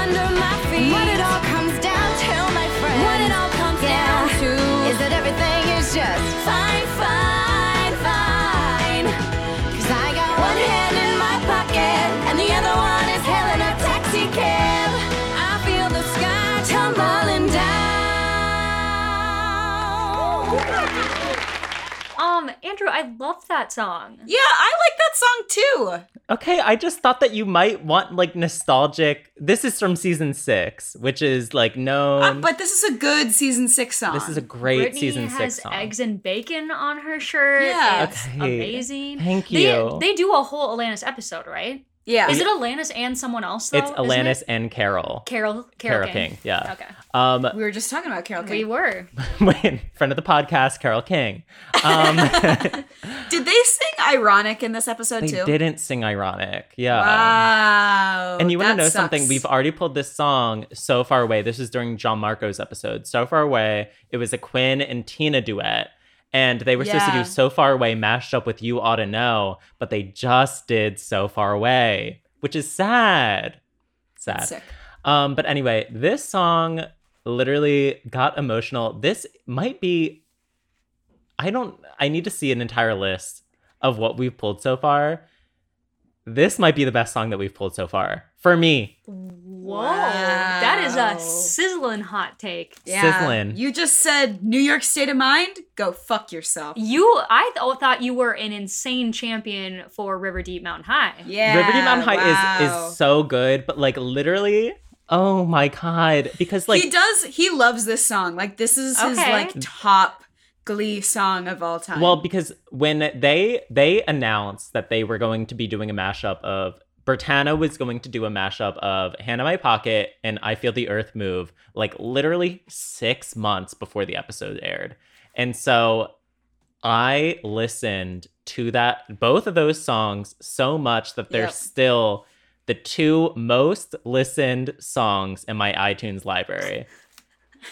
[SPEAKER 5] under my feet. What it all comes down to, my friend. What it all comes down to is that everything is just fine, fine, fine. Cause I got one hand in my pocket and the other one is hailing a taxi cab. I feel the sky tumbling down.
[SPEAKER 4] Um, Andrew, I love that song.
[SPEAKER 3] Yeah, I like that song too. Uh,
[SPEAKER 2] Okay, I just thought that you might want like nostalgic. This is from season six, which is like
[SPEAKER 3] Uh,
[SPEAKER 2] known.
[SPEAKER 3] but this is a good season six song.
[SPEAKER 2] Um, this is a great
[SPEAKER 4] Ah, Brittany
[SPEAKER 2] season
[SPEAKER 4] has
[SPEAKER 2] six song.
[SPEAKER 4] eggs and bacon on her shirt.
[SPEAKER 3] Yeah.
[SPEAKER 4] It's
[SPEAKER 2] Okay.
[SPEAKER 4] amazing.
[SPEAKER 2] Thank
[SPEAKER 4] They-
[SPEAKER 2] you.
[SPEAKER 4] They, do a whole Alanis episode, right?
[SPEAKER 3] yeah.
[SPEAKER 4] Is it Alanis and someone else though?
[SPEAKER 2] it's
[SPEAKER 4] isn't
[SPEAKER 2] Alanis
[SPEAKER 4] it?
[SPEAKER 2] and Carol.
[SPEAKER 4] Carol Carol
[SPEAKER 2] Carol
[SPEAKER 4] King.
[SPEAKER 2] King. Yeah.
[SPEAKER 4] Okay.
[SPEAKER 2] Um,
[SPEAKER 3] we were just talking about Carol King.
[SPEAKER 4] We were.
[SPEAKER 2] when friend of the podcast, Carol King. Um,
[SPEAKER 3] Did they sing ironic in this episode
[SPEAKER 2] they
[SPEAKER 3] too?
[SPEAKER 2] didn't sing ironic. Yeah.
[SPEAKER 3] Wow.
[SPEAKER 2] And you want to
[SPEAKER 3] that
[SPEAKER 2] know something?
[SPEAKER 3] sucks.
[SPEAKER 2] We've already pulled this song so far away. This is during John Marco's episode. So far away, it was a Quinn and Tina duet. And they were supposed to
[SPEAKER 3] Yeah.
[SPEAKER 2] do So Far Away mashed up with You Ought to Know, but they just did So Far Away, which is sad. Sad.
[SPEAKER 3] sick.
[SPEAKER 2] Um, but anyway, this song literally got emotional. This might be I don't I need to see an entire list of what we've pulled so far. This might be the best song that we've pulled so far. For me,
[SPEAKER 4] Whoa. That is
[SPEAKER 3] Wow.
[SPEAKER 4] a sizzling hot take.
[SPEAKER 3] Yeah.
[SPEAKER 2] Sizzlin'.
[SPEAKER 3] You just said New York State of Mind. Go fuck yourself.
[SPEAKER 4] You I th- oh, thought you were an insane champion for River Deep Mountain High.
[SPEAKER 3] Yeah.
[SPEAKER 2] Liberty Mountain High
[SPEAKER 3] wow.
[SPEAKER 2] is is so good, but like literally, oh my god. Because like
[SPEAKER 3] he does. He loves this song. Like this is his
[SPEAKER 4] Okay.
[SPEAKER 3] like top Glee song of all time.
[SPEAKER 2] Well, because when they they announced that they were going to be doing a mashup of Bertana was going to do a mashup of Hand in My Pocket and I Feel the Earth Move, like literally six months before the episode aired. And so I listened to that both of those songs so much that they're
[SPEAKER 3] Yep.
[SPEAKER 2] still the two most listened songs in my iTunes library.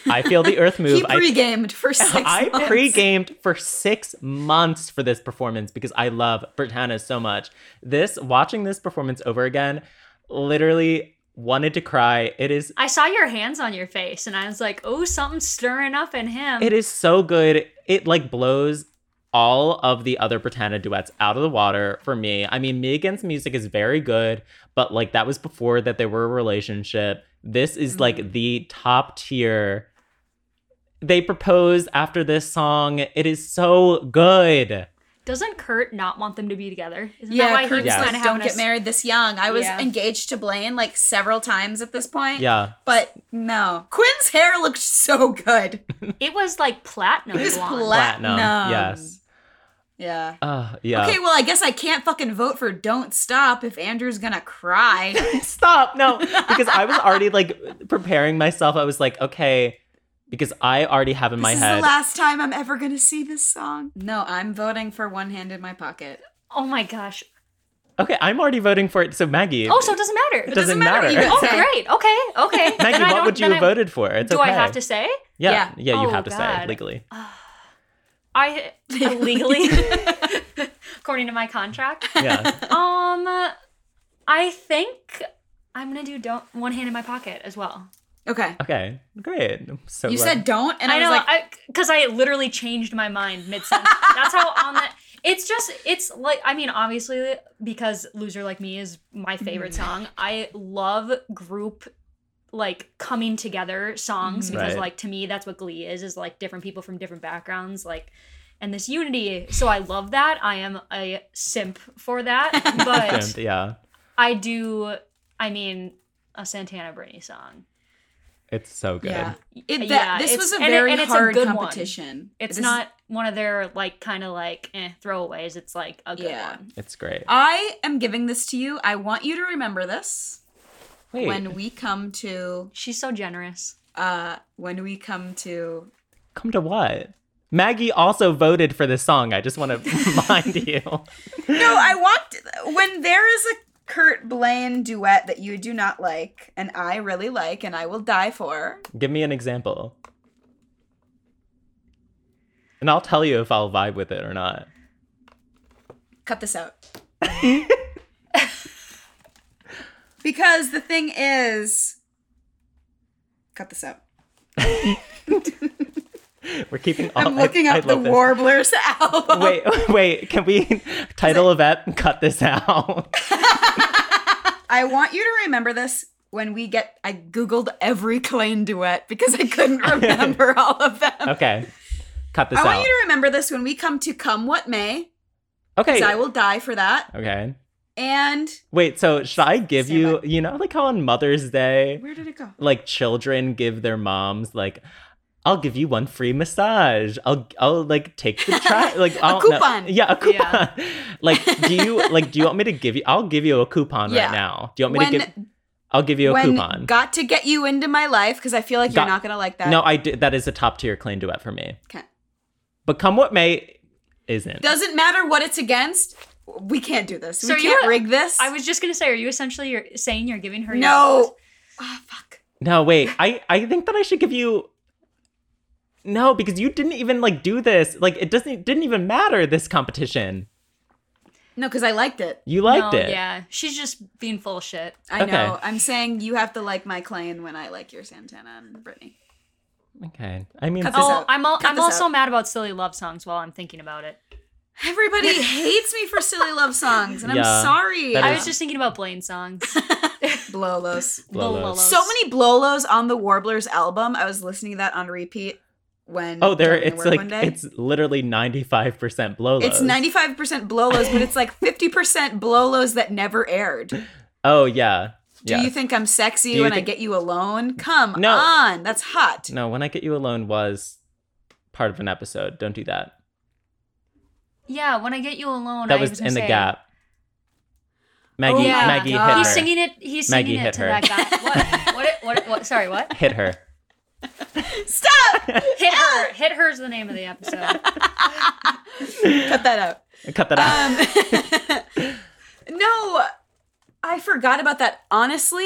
[SPEAKER 2] I feel the earth move.
[SPEAKER 3] he
[SPEAKER 2] I
[SPEAKER 3] pre-gamed for six.
[SPEAKER 2] I
[SPEAKER 3] months.
[SPEAKER 2] pre-gamed for six months for this performance because I love Britannia so much. This watching this performance over again, literally wanted to cry. It is
[SPEAKER 4] I saw your hands on your face and I was like, oh, something's stirring up in him.
[SPEAKER 2] it is so good. It like blows all of the other Britannia duets out of the water for me. I mean, Me Against Music is very good, but like that was before that they were a relationship. This is
[SPEAKER 3] Mm-hmm.
[SPEAKER 2] like the top tier. They proposed after this song. It is so good.
[SPEAKER 4] Doesn't Kurt not want them to be together? Isn't
[SPEAKER 3] Yeah,
[SPEAKER 4] that why
[SPEAKER 3] Kurt
[SPEAKER 4] he was
[SPEAKER 2] Yes.
[SPEAKER 4] kind of
[SPEAKER 3] don't
[SPEAKER 4] having
[SPEAKER 3] get married this young. I was
[SPEAKER 4] Yeah.
[SPEAKER 3] engaged to Blaine like several times at this point.
[SPEAKER 2] Yeah.
[SPEAKER 3] But no, Quinn's hair looked so good.
[SPEAKER 4] It was like platinum
[SPEAKER 3] It was
[SPEAKER 4] blonde.
[SPEAKER 2] platinum.
[SPEAKER 3] Platinum.
[SPEAKER 2] Yes.
[SPEAKER 3] Yeah.
[SPEAKER 2] Uh, yeah.
[SPEAKER 3] Okay, well, I guess I can't fucking vote for Don't Stop if Andrew's gonna cry.
[SPEAKER 2] Stop. No, because I was already like preparing myself. I was like, okay, because I already have in my
[SPEAKER 3] this is
[SPEAKER 2] head.
[SPEAKER 3] the last time I'm ever gonna see this song. No, I'm voting for One Hand in My Pocket.
[SPEAKER 4] oh my gosh.
[SPEAKER 2] okay, I'm already voting for it. So Maggie.
[SPEAKER 4] Oh, so it doesn't matter.
[SPEAKER 2] it doesn't matter.
[SPEAKER 3] you
[SPEAKER 4] oh,
[SPEAKER 3] can say.
[SPEAKER 4] great. Okay. Okay. Then
[SPEAKER 2] Maggie,
[SPEAKER 4] I
[SPEAKER 2] what
[SPEAKER 4] don't-
[SPEAKER 2] would you
[SPEAKER 4] then
[SPEAKER 2] have
[SPEAKER 4] I-
[SPEAKER 2] voted for? It's
[SPEAKER 4] Do
[SPEAKER 2] okay.
[SPEAKER 4] I have to say?
[SPEAKER 2] Yeah. Yeah, you
[SPEAKER 4] Oh,
[SPEAKER 2] have to say
[SPEAKER 4] God.
[SPEAKER 2] it legally.
[SPEAKER 4] I legally, according to my contract.
[SPEAKER 2] Yeah.
[SPEAKER 4] Um, I think I'm gonna do don't one hand in my pocket as well.
[SPEAKER 3] Okay.
[SPEAKER 2] Okay. Great. I'm So
[SPEAKER 3] You
[SPEAKER 2] glad-
[SPEAKER 3] said don't, and I,
[SPEAKER 4] I
[SPEAKER 3] was
[SPEAKER 4] know,
[SPEAKER 3] like,
[SPEAKER 4] I because I literally changed my mind mid sentence. That's how on that. It's just, it's like, I mean, obviously, because "Loser Like Me" is my favorite
[SPEAKER 3] Mm-hmm.
[SPEAKER 4] song. I love group, like coming together songs
[SPEAKER 3] Mm-hmm.
[SPEAKER 4] because,
[SPEAKER 2] Right.
[SPEAKER 4] like, to me, that's what Glee is—is like different people from different backgrounds, like, and this unity. So I love that. I am a simp for that, but
[SPEAKER 2] Simp, Yeah.
[SPEAKER 4] I do. I mean, a Santana Britney song.
[SPEAKER 2] It's so good.
[SPEAKER 3] yeah. It, that,
[SPEAKER 4] Yeah,
[SPEAKER 3] this
[SPEAKER 4] it's-
[SPEAKER 3] was a
[SPEAKER 4] and it-
[SPEAKER 3] very
[SPEAKER 4] and it's a
[SPEAKER 3] hard
[SPEAKER 4] good one.
[SPEAKER 3] competition.
[SPEAKER 4] It's
[SPEAKER 3] This-
[SPEAKER 4] not one of their like kind of like eh, throwaways. It's like a good
[SPEAKER 3] Yeah.
[SPEAKER 4] one.
[SPEAKER 2] It's great.
[SPEAKER 4] Uh,
[SPEAKER 3] I am giving this to you. I want you to remember this
[SPEAKER 2] Wait.
[SPEAKER 3] when we come to
[SPEAKER 4] She's so generous.
[SPEAKER 3] uh when we come to
[SPEAKER 2] Come to what? Maggie also voted for this song. I just want to remind you.
[SPEAKER 3] No, I walked when there is a Kurt Blaine duet that you do not like, and I really like, and I will die for.
[SPEAKER 2] Give me an example. And I'll tell you if I'll vibe with it or not.
[SPEAKER 3] Cut this out. because the thing is, cut this out.
[SPEAKER 2] We're keeping all
[SPEAKER 3] I'm looking
[SPEAKER 2] Oh, I,
[SPEAKER 3] up
[SPEAKER 2] I
[SPEAKER 3] the
[SPEAKER 2] love this.
[SPEAKER 3] Warblers album.
[SPEAKER 2] Wait, wait, can we title of ep cut this out?
[SPEAKER 3] I want you to remember this when we get. I googled every Klein duet because I couldn't remember all of them.
[SPEAKER 2] Okay. Cut this
[SPEAKER 3] I want
[SPEAKER 2] out.
[SPEAKER 3] you to remember this when we come to Come What May,
[SPEAKER 2] okay.
[SPEAKER 3] because I will die for that.
[SPEAKER 2] Okay.
[SPEAKER 3] And
[SPEAKER 2] Wait, so should I give
[SPEAKER 3] Stand
[SPEAKER 2] you,
[SPEAKER 3] by.
[SPEAKER 2] you know, like how on Mother's Day,
[SPEAKER 3] where did it go?
[SPEAKER 2] like children give their moms like I'll give you one free massage. I'll I'll like take the try like I'll, no.
[SPEAKER 3] coupon.
[SPEAKER 2] yeah, a coupon. like do you like do you want me to give you I'll give you a coupon
[SPEAKER 3] Yeah.
[SPEAKER 2] right now. Do you want me to
[SPEAKER 3] When-
[SPEAKER 2] give I'll give you a
[SPEAKER 3] when
[SPEAKER 2] coupon.
[SPEAKER 3] Got to get you into my life because I feel like
[SPEAKER 2] Got-
[SPEAKER 3] you're not gonna like that.
[SPEAKER 2] no, I did that is a top tier clean duet for me.
[SPEAKER 3] Okay.
[SPEAKER 2] But come what may isn't.
[SPEAKER 3] Doesn't matter what it's against. We can't do this.
[SPEAKER 4] So
[SPEAKER 3] we
[SPEAKER 4] you
[SPEAKER 3] can't
[SPEAKER 4] were-
[SPEAKER 3] rig this.
[SPEAKER 4] I was just gonna say, are you essentially you're saying you're giving her your
[SPEAKER 3] no.
[SPEAKER 4] vote?
[SPEAKER 3] Ah, fuck.
[SPEAKER 2] No, wait. I I think that I should give you No, because you didn't even like do this. Like it doesn't didn't even matter this competition.
[SPEAKER 3] No, because I liked it.
[SPEAKER 2] You liked
[SPEAKER 4] No,
[SPEAKER 2] it.
[SPEAKER 4] Yeah, she's just being full of shit.
[SPEAKER 3] I
[SPEAKER 2] Okay.
[SPEAKER 3] know. I'm saying you have to like my Klein when I like your Santana and Britney.
[SPEAKER 2] Okay. I mean
[SPEAKER 3] Cut this
[SPEAKER 4] Oh,
[SPEAKER 3] out.
[SPEAKER 4] I'm all,
[SPEAKER 3] Cut
[SPEAKER 4] I'm
[SPEAKER 3] this
[SPEAKER 4] also
[SPEAKER 3] out.
[SPEAKER 4] mad about silly love songs while I'm thinking about it.
[SPEAKER 3] Everybody hates me for silly love songs, and
[SPEAKER 2] Yeah,
[SPEAKER 3] I'm sorry.
[SPEAKER 2] that
[SPEAKER 4] I
[SPEAKER 2] is-
[SPEAKER 4] was just thinking about Blaine songs.
[SPEAKER 3] blolos.
[SPEAKER 4] The
[SPEAKER 2] Blolos.
[SPEAKER 4] Lolos.
[SPEAKER 3] So many blolos on the Warblers album. I was listening to that on repeat when
[SPEAKER 2] Oh, there
[SPEAKER 3] driving to
[SPEAKER 2] it's
[SPEAKER 3] work
[SPEAKER 2] like
[SPEAKER 3] one day.
[SPEAKER 2] it's literally 95% blow
[SPEAKER 3] It's
[SPEAKER 2] lows.
[SPEAKER 3] 95% blolos, but it's like 50% blolos that never aired. Do
[SPEAKER 2] Oh yeah. Yeah.
[SPEAKER 3] you think I'm sexy
[SPEAKER 2] Do you
[SPEAKER 3] when
[SPEAKER 2] think-
[SPEAKER 3] I get you alone? Come
[SPEAKER 2] No.
[SPEAKER 3] on. That's hot.
[SPEAKER 2] no, when I get you alone was part of an episode. Don't do that.
[SPEAKER 4] Yeah, when I get you alone,
[SPEAKER 2] that
[SPEAKER 4] I
[SPEAKER 2] was,
[SPEAKER 4] was gonna
[SPEAKER 2] in the
[SPEAKER 4] say-
[SPEAKER 2] gap. Maggie
[SPEAKER 3] Oh my
[SPEAKER 2] Maggie hit
[SPEAKER 3] God.
[SPEAKER 2] her.
[SPEAKER 4] He's singing it. He's singing
[SPEAKER 2] Maggie hit
[SPEAKER 4] it to
[SPEAKER 2] her.
[SPEAKER 4] that guy. What? What, it- what? What? Sorry. What?
[SPEAKER 2] Hit her.
[SPEAKER 3] Stop!
[SPEAKER 4] Hit her. Hit her is the name of the episode.
[SPEAKER 3] Cut that out.
[SPEAKER 2] Cut that out.
[SPEAKER 3] Um, No, I forgot about that. Honestly,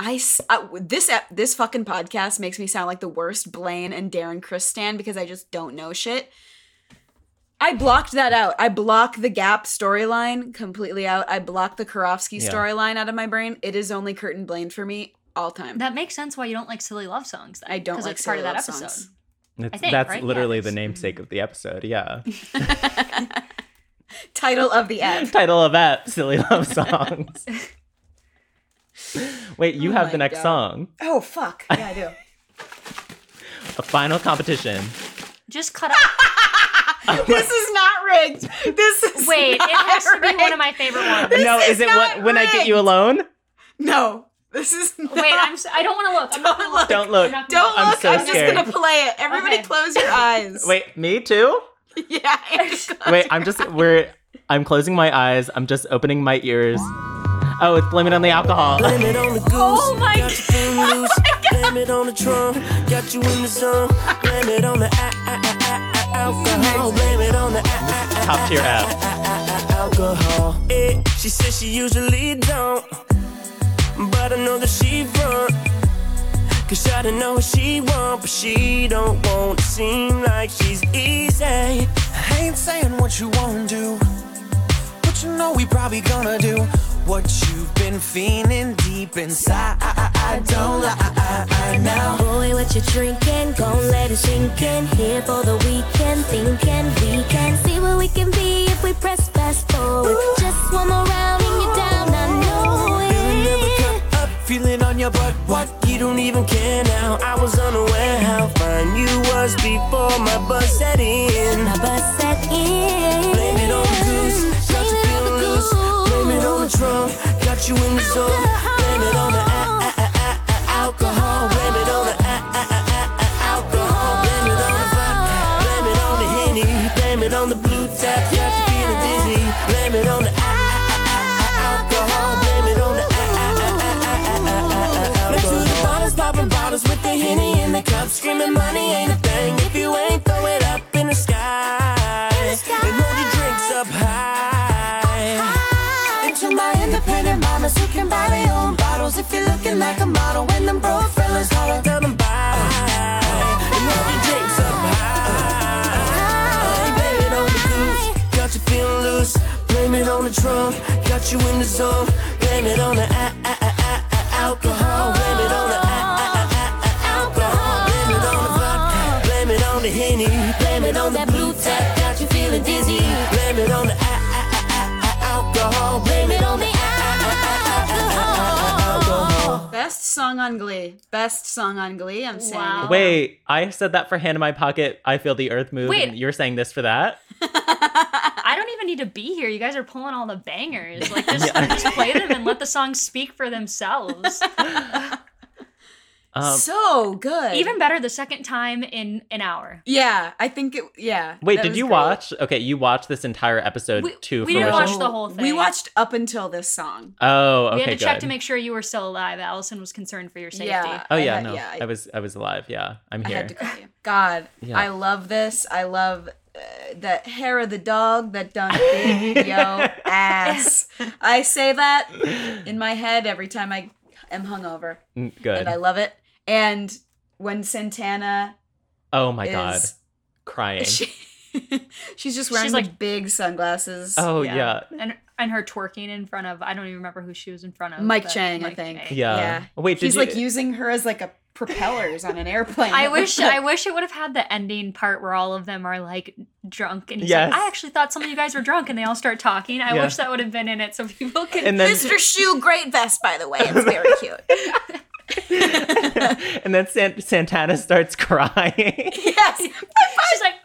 [SPEAKER 3] I, s- I- this ep- this fucking podcast makes me sound like the worst Blaine and Darren Chris stan because I just don't know shit. I blocked that out. I block the Gap storyline completely out. I block the Karofsky
[SPEAKER 2] Yeah.
[SPEAKER 3] storyline out of my brain. It is only Curtin Blaine for me all time.
[SPEAKER 4] That makes sense why you don't like silly love songs. Then,
[SPEAKER 3] I don't
[SPEAKER 4] 'cause
[SPEAKER 3] like
[SPEAKER 4] it's
[SPEAKER 3] silly
[SPEAKER 4] part of that
[SPEAKER 3] love
[SPEAKER 4] episode.
[SPEAKER 3] songs.
[SPEAKER 2] That's-
[SPEAKER 4] think,
[SPEAKER 2] that's
[SPEAKER 4] right? Yeah,
[SPEAKER 2] literally the
[SPEAKER 4] it's-
[SPEAKER 2] namesake of the episode. Yeah.
[SPEAKER 3] Title of the app.
[SPEAKER 2] Title of that silly love songs. Wait, you
[SPEAKER 3] Oh
[SPEAKER 2] have the
[SPEAKER 3] my
[SPEAKER 2] next
[SPEAKER 3] God.
[SPEAKER 2] song.
[SPEAKER 3] oh fuck. Yeah, I do.
[SPEAKER 2] A final competition.
[SPEAKER 4] Just cut out.
[SPEAKER 3] this is not rigged. This is
[SPEAKER 4] Wait, it
[SPEAKER 3] not
[SPEAKER 4] has to be
[SPEAKER 3] rigged.
[SPEAKER 4] one of my favorite ones.
[SPEAKER 2] no,
[SPEAKER 3] is
[SPEAKER 2] is, it
[SPEAKER 3] not
[SPEAKER 2] what when I get you
[SPEAKER 3] rigged.
[SPEAKER 2] alone?
[SPEAKER 3] No, this is not.
[SPEAKER 4] Wait, I'm. s- I don't want to look. I'm not gonna look.
[SPEAKER 2] Don't look.
[SPEAKER 4] I'm not gonna
[SPEAKER 3] Don't
[SPEAKER 2] I'm
[SPEAKER 3] look.
[SPEAKER 2] so
[SPEAKER 3] I'm
[SPEAKER 2] scared.
[SPEAKER 3] just gonna play it. Everybody,
[SPEAKER 4] Okay.
[SPEAKER 3] close your eyes.
[SPEAKER 2] Wait, me too?
[SPEAKER 3] Yeah. I'm just gonna-
[SPEAKER 2] Wait, I'm just we're I'm closing my eyes. I'm just opening my ears. Oh, it's blame it on the alcohol.
[SPEAKER 8] Blame it on the goose.
[SPEAKER 3] Oh my
[SPEAKER 8] got you feeling loose. Blame it on the drum. Got you in the zone. Blame it on the a- a- a- a- a- alcohol. Blame it on the a- a- a-
[SPEAKER 2] Top tier app.
[SPEAKER 8] alcohol. Eh, she says she usually don't, but I know that she front. Cause I don't know what she want, but she don't want to seem like she's easy. I ain't saying what you won't do, but you know we probably gonna do what you've been feeling deep inside. I, I, I don't lie, I know.
[SPEAKER 9] Boy, what you drinking? Gon' let it sink in. Here for the weekend, thinking we can see what we can be if we press fast forward. Just one more round and you're down, I know it.
[SPEAKER 8] up, feeling on your butt. What? You don't even care now. I was unaware how fine you was before my buzz set in.
[SPEAKER 9] My bus set in.
[SPEAKER 8] Blame it on the goose, got you
[SPEAKER 9] Blame it on
[SPEAKER 8] feeling
[SPEAKER 9] the
[SPEAKER 8] loose. Blame it on the
[SPEAKER 9] goose.
[SPEAKER 8] drunk, got you in the zone. Blame it on the a- a- a- a- a- alcohol. Blame it on the a- a- a- a- a- alcohol. Blame it on the vodka. Blame it on the henny. Blame it on the blue tap, got you feeling dizzy. Blame it on the a- a- a- a- a- alcohol. Blame it on the a- a- a- a- a- a- a- a- alcohol. Back to the bottles, popping bottles with the henny in the cup, screaming money ain't a thing if you ain't throw it up in the
[SPEAKER 7] independent mamas who can buy their own bottles. If you're looking like a model when them broke fellas holler, tell them bye. And hold your drinks up high. Blame it on the goose, got you feeling loose. Blame it on the drunk, got you in the zone. Blame it on the a- a- a- a- a- alcohol. Blame it on the a- a- a- a- a- alcohol. Blame it on the vodka, blame it on the henny. Blame it on that blue tap, got you feeling dizzy. Blame it on the a- a- a- a- a- alcohol. Blame it on the a- a- a- a- a- a- a- a- alcohol.
[SPEAKER 3] Best song on Glee. Best song on Glee. I'm saying.
[SPEAKER 4] Wow.
[SPEAKER 3] it.
[SPEAKER 2] Wait, I said that for hand in my pocket. I feel the earth move.
[SPEAKER 4] Wait.
[SPEAKER 2] and you're saying this for that?
[SPEAKER 4] I don't even need to be here. You guys are pulling all the bangers. Like just, just play them and let the songs speak for themselves.
[SPEAKER 2] Um,
[SPEAKER 3] so good.
[SPEAKER 4] Even better the second time in an hour.
[SPEAKER 3] yeah, I think it. Yeah.
[SPEAKER 2] wait,
[SPEAKER 3] that
[SPEAKER 2] did
[SPEAKER 3] was
[SPEAKER 2] you
[SPEAKER 3] great.
[SPEAKER 2] watch? Okay, you watched this entire episode
[SPEAKER 4] We-
[SPEAKER 2] to
[SPEAKER 4] we didn't
[SPEAKER 2] fruition.
[SPEAKER 4] watch the whole thing.
[SPEAKER 3] We watched up until this song.
[SPEAKER 2] oh, okay,
[SPEAKER 4] we had to
[SPEAKER 2] good.
[SPEAKER 4] check to make sure you were still alive. Allison was concerned for your safety.
[SPEAKER 3] Yeah.
[SPEAKER 2] Oh
[SPEAKER 3] I
[SPEAKER 2] yeah,
[SPEAKER 3] had-
[SPEAKER 2] no,
[SPEAKER 3] yeah, I-
[SPEAKER 2] I, was I was alive. Yeah, I'm
[SPEAKER 3] I
[SPEAKER 2] here.
[SPEAKER 3] had to call you. God,
[SPEAKER 2] Yeah.
[SPEAKER 3] I love this. I love uh, that hair of the dog that done big yo ass. I say that in my head every time I am hungover,
[SPEAKER 2] Mm, Good.
[SPEAKER 3] and I love it. And when Santana
[SPEAKER 2] oh my
[SPEAKER 3] is,
[SPEAKER 2] god, crying.
[SPEAKER 3] she, she's just wearing
[SPEAKER 4] She's
[SPEAKER 3] like
[SPEAKER 4] like-
[SPEAKER 3] big sunglasses.
[SPEAKER 2] oh yeah.
[SPEAKER 4] And and her twerking in front of I don't even remember who she was in front of.
[SPEAKER 3] Mike
[SPEAKER 4] but
[SPEAKER 3] Chang, I think.
[SPEAKER 4] Chang.
[SPEAKER 2] Yeah.
[SPEAKER 3] Yeah.
[SPEAKER 2] Wait, did
[SPEAKER 3] he's
[SPEAKER 2] you?
[SPEAKER 3] like using her as like a propellers on an airplane.
[SPEAKER 4] I wish I wish it would have had the ending part where all of them are like drunk and he's
[SPEAKER 2] Yes.
[SPEAKER 4] like, I actually thought some of you guys were drunk and they all start talking. I
[SPEAKER 2] Yeah.
[SPEAKER 4] wish that would have been in it so people could
[SPEAKER 2] and then
[SPEAKER 3] Mr. Shoe, great vest by the way. It's very cute.
[SPEAKER 2] and then San- Santana starts crying.
[SPEAKER 3] yes.
[SPEAKER 4] she's like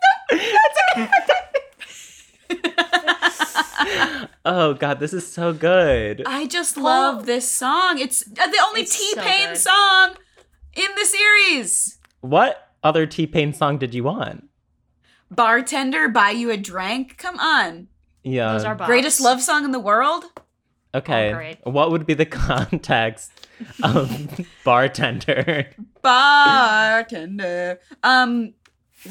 [SPEAKER 2] oh god, this is so good.
[SPEAKER 4] Uh,
[SPEAKER 3] I just love this song. It's uh, the only
[SPEAKER 4] It's so
[SPEAKER 3] T Pain
[SPEAKER 4] good.
[SPEAKER 3] song in the series.
[SPEAKER 2] What other T Pain song did you want?
[SPEAKER 3] Bartender, buy you a drink. Come on.
[SPEAKER 2] Yeah.
[SPEAKER 4] those are bops.
[SPEAKER 3] Greatest love song in the world.
[SPEAKER 2] Okay.
[SPEAKER 4] Oh, great.
[SPEAKER 2] What would be the context of bartender?
[SPEAKER 3] Bartender. Um,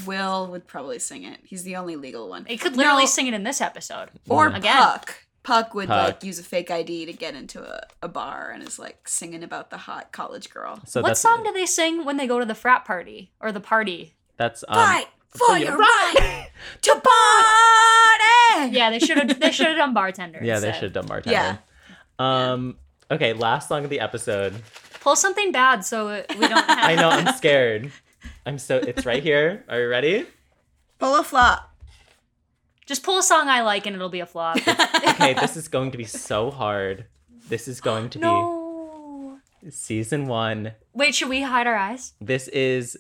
[SPEAKER 3] Will would probably sing it. He's the only legal one.
[SPEAKER 4] They could literally
[SPEAKER 3] No.
[SPEAKER 4] sing it in this episode.
[SPEAKER 3] Or
[SPEAKER 4] Again.
[SPEAKER 3] Puck. Puck would
[SPEAKER 2] Puck.
[SPEAKER 3] like use a fake ID to get into a, a bar and is like singing about the hot college girl.
[SPEAKER 2] So
[SPEAKER 4] what
[SPEAKER 2] that's
[SPEAKER 4] song do they sing when they go to the frat party or the party?
[SPEAKER 2] that's um,
[SPEAKER 3] Fight for
[SPEAKER 2] you.
[SPEAKER 3] your right to party.
[SPEAKER 4] Yeah, they should have they should have done bartender.
[SPEAKER 2] Yeah, they
[SPEAKER 4] instead.
[SPEAKER 2] should have done bartender. Yeah. Um okay, last song of the episode.
[SPEAKER 4] pull something bad so it- we don't have
[SPEAKER 2] I know I'm scared. I'm so it's right here. Are you ready?
[SPEAKER 3] Pull a flop.
[SPEAKER 4] Just pull a song I like and it'll be a flop.
[SPEAKER 2] Okay, this is going to be so hard. This is going to
[SPEAKER 4] no.
[SPEAKER 2] be season 1.
[SPEAKER 4] Wait, should we hide our eyes?
[SPEAKER 2] This is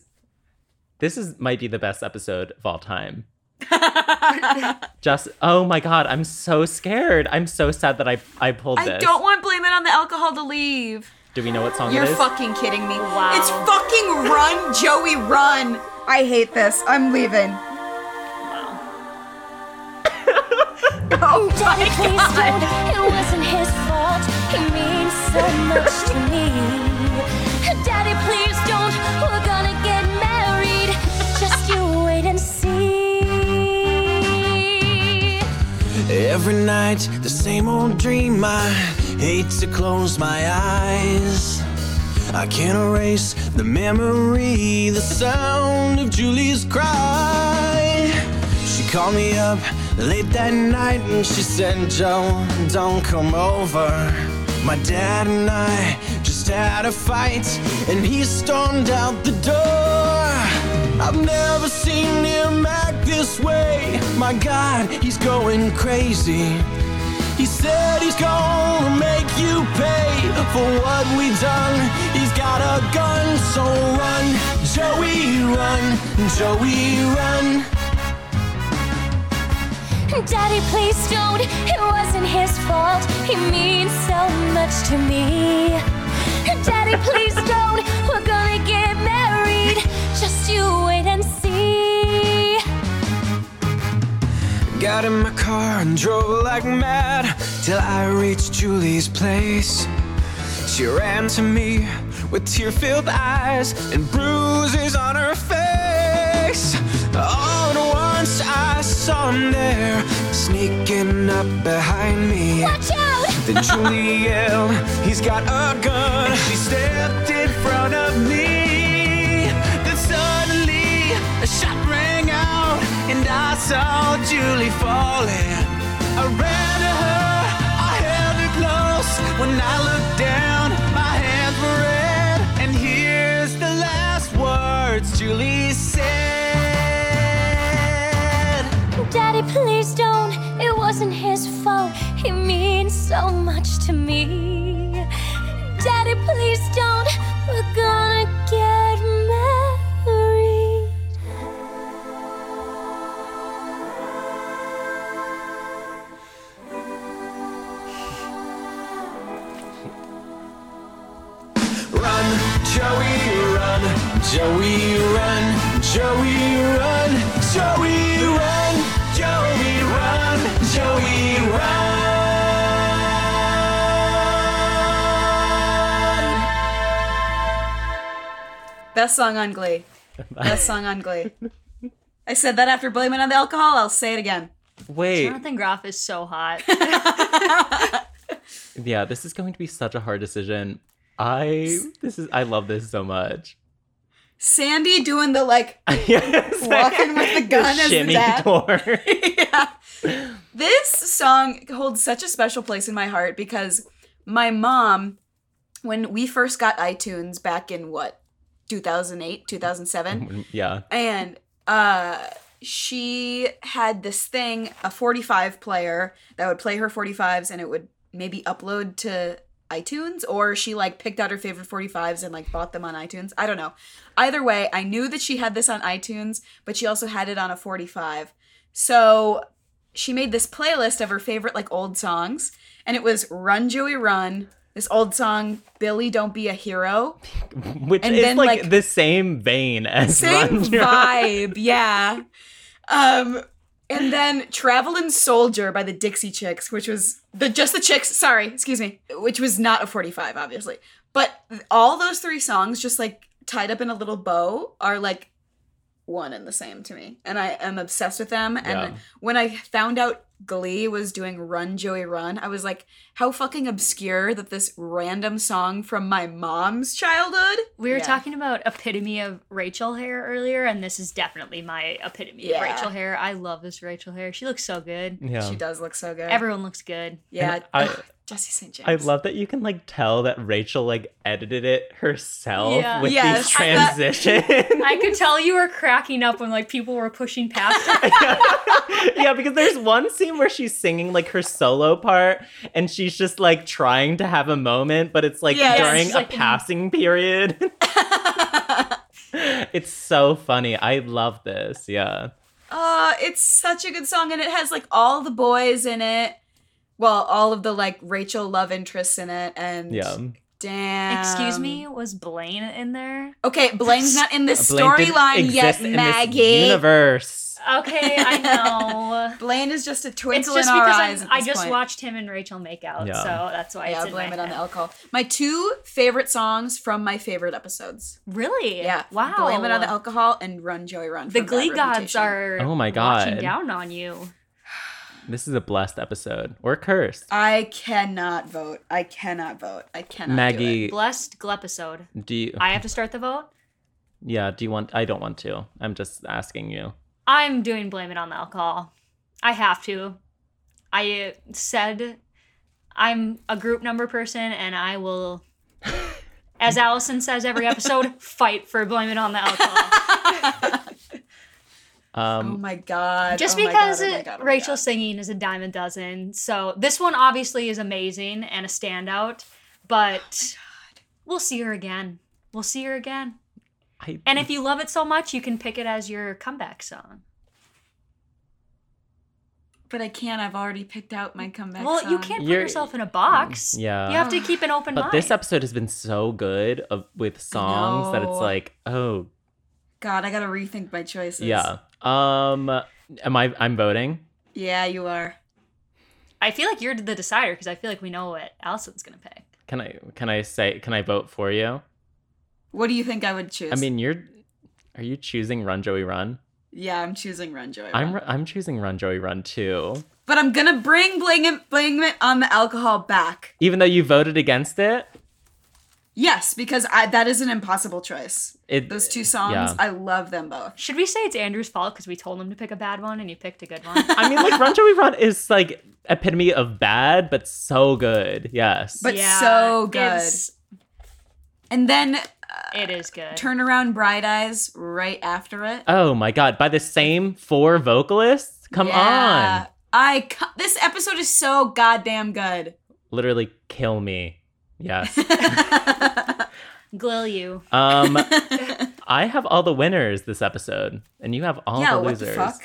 [SPEAKER 2] this is might be the best episode of all time. Just oh my god, I'm so scared. I'm so sad that I I pulled
[SPEAKER 3] I
[SPEAKER 2] this.
[SPEAKER 3] don't want blame it on the alcohol to leave.
[SPEAKER 2] Do we know what song
[SPEAKER 3] You're
[SPEAKER 2] it is?
[SPEAKER 3] fucking kidding me. It's fucking run, Joey, run. I hate this. I'm leaving. oh my
[SPEAKER 9] Please don't. It wasn't his fault. He means so much to me. Daddy, please don't. We're gonna get married. Just you wait and see.
[SPEAKER 7] Every night, the same old dream. I hate to close my eyes. I can't erase the memory, the sound of Julie's cry. She called me up late that night and she said, Joe, don't come over. My dad and I just had a fight and he stormed out the door. I've never seen him act this way. My God, he's going crazy. He said he's gonna make you pay for what we done. He's got a gun, so run, Joey, run, Joey, run.
[SPEAKER 9] Daddy, please don't. It wasn't his fault. He means so much to me. Daddy, please don't. We're gonna get married. Just you wait and see.
[SPEAKER 7] Got in my car and drove like mad till I reached Julie's place. She ran to me with tear filled eyes and bruises on her face. All at once I saw him there, sneaking up behind me.
[SPEAKER 9] Watch out!
[SPEAKER 7] Then Julie yelled, He's got a gun. And she stepped in front of me. Then suddenly a shot rang out, and I saw Julie falling. I ran to her, I held her close. When I looked down, my hands were red. And here's the last words Julie said.
[SPEAKER 9] Daddy, please don't. It wasn't his fault. He means so much to me. Daddy, please don't. We're gonna get married.
[SPEAKER 7] Run, Joey, run, Joey, run, Joey, run, Joey, run, Joey, run, Joey, run.
[SPEAKER 3] Best song on Glee. Best song on Glee. I said that after Blame It on the Alcohol. I'll say it again.
[SPEAKER 2] Wait,
[SPEAKER 4] Jonathan Groff is so hot.
[SPEAKER 2] yeah, this is going to be such a hard decision. I this is I love this so much.
[SPEAKER 3] Sandy doing the like
[SPEAKER 2] yes.
[SPEAKER 3] Walking with the gun as
[SPEAKER 2] shimmy
[SPEAKER 3] that.
[SPEAKER 2] door.
[SPEAKER 3] yeah. This song holds such a special place in my heart because my mom, when we first got iTunes back in what, 2008, 2007,
[SPEAKER 2] yeah.
[SPEAKER 3] and uh, she had this thing, a 45 player that would play her 45s and it would maybe upload to iTunes or she like picked out her favorite 45s and like bought them on iTunes. I don't know. Either way, I knew that she had this on iTunes, but she also had it on a 45. So she made this playlist of her favorite like old songs and it was Run Joey Run, this old song Billy Don't Be a Hero.
[SPEAKER 2] Which
[SPEAKER 3] And
[SPEAKER 2] is
[SPEAKER 3] then,
[SPEAKER 2] like,
[SPEAKER 3] like-
[SPEAKER 2] the same vein as
[SPEAKER 3] Same
[SPEAKER 2] Run Your-
[SPEAKER 3] vibe, yeah. Um, and then "Travelin' Soldier" by the Dixie Chicks, which was the just the Chicks. Sorry, excuse me, which was not a forty-five, obviously. But all those three songs, just like tied up in a little bow, are like one and the same to me, and I am obsessed with them. And
[SPEAKER 2] Yeah.
[SPEAKER 3] when I found out Glee was doing "Run Joey Run," I was like, how fucking obscure that this random song from my mom's childhood.
[SPEAKER 4] We were
[SPEAKER 3] Yeah.
[SPEAKER 4] talking about epitome of Rachel hair earlier, and this is definitely my epitome of
[SPEAKER 3] Yeah.
[SPEAKER 4] Rachel hair. I love this Rachel hair. She looks so good.
[SPEAKER 2] Yeah.
[SPEAKER 3] She does look so good.
[SPEAKER 4] Everyone looks good.
[SPEAKER 3] Yeah,
[SPEAKER 2] And I-
[SPEAKER 3] ugh, Jesse St. James.
[SPEAKER 2] I love that you can like tell that Rachel like edited it herself
[SPEAKER 4] Yeah.
[SPEAKER 2] with
[SPEAKER 3] Yes.
[SPEAKER 2] these
[SPEAKER 3] I bet-
[SPEAKER 2] transitions.
[SPEAKER 4] I could tell you were cracking up when like people were pushing past her.
[SPEAKER 2] yeah, because there's one scene where she's singing like her solo part and she's just like trying to have a moment, but it's like
[SPEAKER 3] Yeah, yeah,
[SPEAKER 2] during
[SPEAKER 4] she's
[SPEAKER 2] a
[SPEAKER 4] like-
[SPEAKER 2] passing period. it's so funny. I love this. Yeah.
[SPEAKER 3] Uh, it's such a good song, and it has like all the boys in it. Well, all of the like Rachel love interests in it, and
[SPEAKER 2] Yeah.
[SPEAKER 3] damn.
[SPEAKER 4] Excuse me,
[SPEAKER 3] Um,
[SPEAKER 4] was Blaine in there?
[SPEAKER 3] Okay, Blaine's not in this
[SPEAKER 2] Blaine didn't
[SPEAKER 3] storyline
[SPEAKER 2] exist
[SPEAKER 3] yet,
[SPEAKER 2] in this
[SPEAKER 3] Maggie.
[SPEAKER 2] universe.
[SPEAKER 4] Okay, I know.
[SPEAKER 3] Blaine is just a
[SPEAKER 4] it's
[SPEAKER 3] twinkle
[SPEAKER 4] just
[SPEAKER 3] in our
[SPEAKER 4] because
[SPEAKER 3] eyes.
[SPEAKER 4] I'm-
[SPEAKER 3] at
[SPEAKER 4] I
[SPEAKER 3] this
[SPEAKER 4] just
[SPEAKER 3] point.
[SPEAKER 4] watched him and Rachel make out,
[SPEAKER 2] Yeah.
[SPEAKER 4] so that's why
[SPEAKER 3] Yeah,
[SPEAKER 4] it's in
[SPEAKER 3] blame
[SPEAKER 4] my
[SPEAKER 3] it on the
[SPEAKER 4] head.
[SPEAKER 3] alcohol. My two favorite songs from my favorite episodes.
[SPEAKER 4] Really?
[SPEAKER 3] Yeah.
[SPEAKER 4] Wow.
[SPEAKER 3] Blame it on the alcohol and Run Joey Run.
[SPEAKER 4] The
[SPEAKER 3] from Bad
[SPEAKER 4] Glee gods
[SPEAKER 3] Reputation.
[SPEAKER 4] are
[SPEAKER 2] Oh my God.
[SPEAKER 4] watching down on you.
[SPEAKER 2] This is a blessed episode. Or cursed.
[SPEAKER 3] I cannot vote. I cannot vote. I cannot. do it.
[SPEAKER 2] Maggie,
[SPEAKER 4] Blessed Glepisode.
[SPEAKER 2] do you
[SPEAKER 4] I have to start the vote.
[SPEAKER 2] Yeah, do you want I don't want to. I'm just asking you.
[SPEAKER 4] I'm doing blame it on the alcohol. I have to. I uh, said I'm a group number person and I will as Allison says every episode, fight for blame it on the alcohol.
[SPEAKER 2] Um
[SPEAKER 3] Oh my god.
[SPEAKER 4] Um, Just
[SPEAKER 3] Oh my God,
[SPEAKER 4] because
[SPEAKER 3] oh my
[SPEAKER 4] it-
[SPEAKER 3] God, oh my
[SPEAKER 4] Rachel
[SPEAKER 3] God.
[SPEAKER 4] singing is a dime a dozen. So this one obviously is amazing and a standout,
[SPEAKER 3] Oh
[SPEAKER 4] but we'll see her again. We'll see her again.
[SPEAKER 2] I,
[SPEAKER 4] And if you love it so much, you can pick it as your comeback song.
[SPEAKER 3] But I can't. I've already picked out my comeback.
[SPEAKER 4] well, you
[SPEAKER 3] song.
[SPEAKER 4] can't put
[SPEAKER 2] You're-
[SPEAKER 4] yourself in a box.
[SPEAKER 2] yeah.
[SPEAKER 4] You have to keep an open
[SPEAKER 2] but
[SPEAKER 4] mind.
[SPEAKER 2] this episode has been so good of, with songs that it's
[SPEAKER 3] know.
[SPEAKER 2] like, oh
[SPEAKER 3] God, I gotta rethink my choices.
[SPEAKER 2] yeah. Um am I I'm voting?
[SPEAKER 3] Yeah, you are.
[SPEAKER 4] I feel like you're the decider because I feel like we know what Allison's gonna pick.
[SPEAKER 2] Can I can I say can I vote for you?
[SPEAKER 3] What do you think I would choose?
[SPEAKER 2] I mean, you're are you choosing Run Joey Run?
[SPEAKER 3] yeah, I'm choosing Run Joy.
[SPEAKER 2] I'm
[SPEAKER 3] Run.
[SPEAKER 2] I'm choosing Run Joey Run too.
[SPEAKER 3] but I'm gonna bring blame blame it on the alcohol back.
[SPEAKER 2] Even though you voted against it,
[SPEAKER 3] Yes, because I that is an impossible choice.
[SPEAKER 2] It-
[SPEAKER 3] Those two songs,
[SPEAKER 2] yeah.
[SPEAKER 3] I love them both.
[SPEAKER 4] Should we say it's Andrew's fault because we told him to pick a bad one and he picked a good one?
[SPEAKER 2] I mean, like Run Joey Run is like epitome of bad, but so good. Yes.
[SPEAKER 3] But so good.
[SPEAKER 4] it's-
[SPEAKER 3] And then
[SPEAKER 4] It is good.
[SPEAKER 3] Turn Around Bright Eyes right after it.
[SPEAKER 2] oh my god, by the same four vocalists? Come on.
[SPEAKER 3] Yeah. I ca- this episode is so goddamn good.
[SPEAKER 2] Literally kill me. Yes.
[SPEAKER 4] Glill you.
[SPEAKER 2] Um I have all the winners this episode, and you have all
[SPEAKER 3] yeah,
[SPEAKER 2] the
[SPEAKER 3] what
[SPEAKER 2] losers.
[SPEAKER 3] the fuck?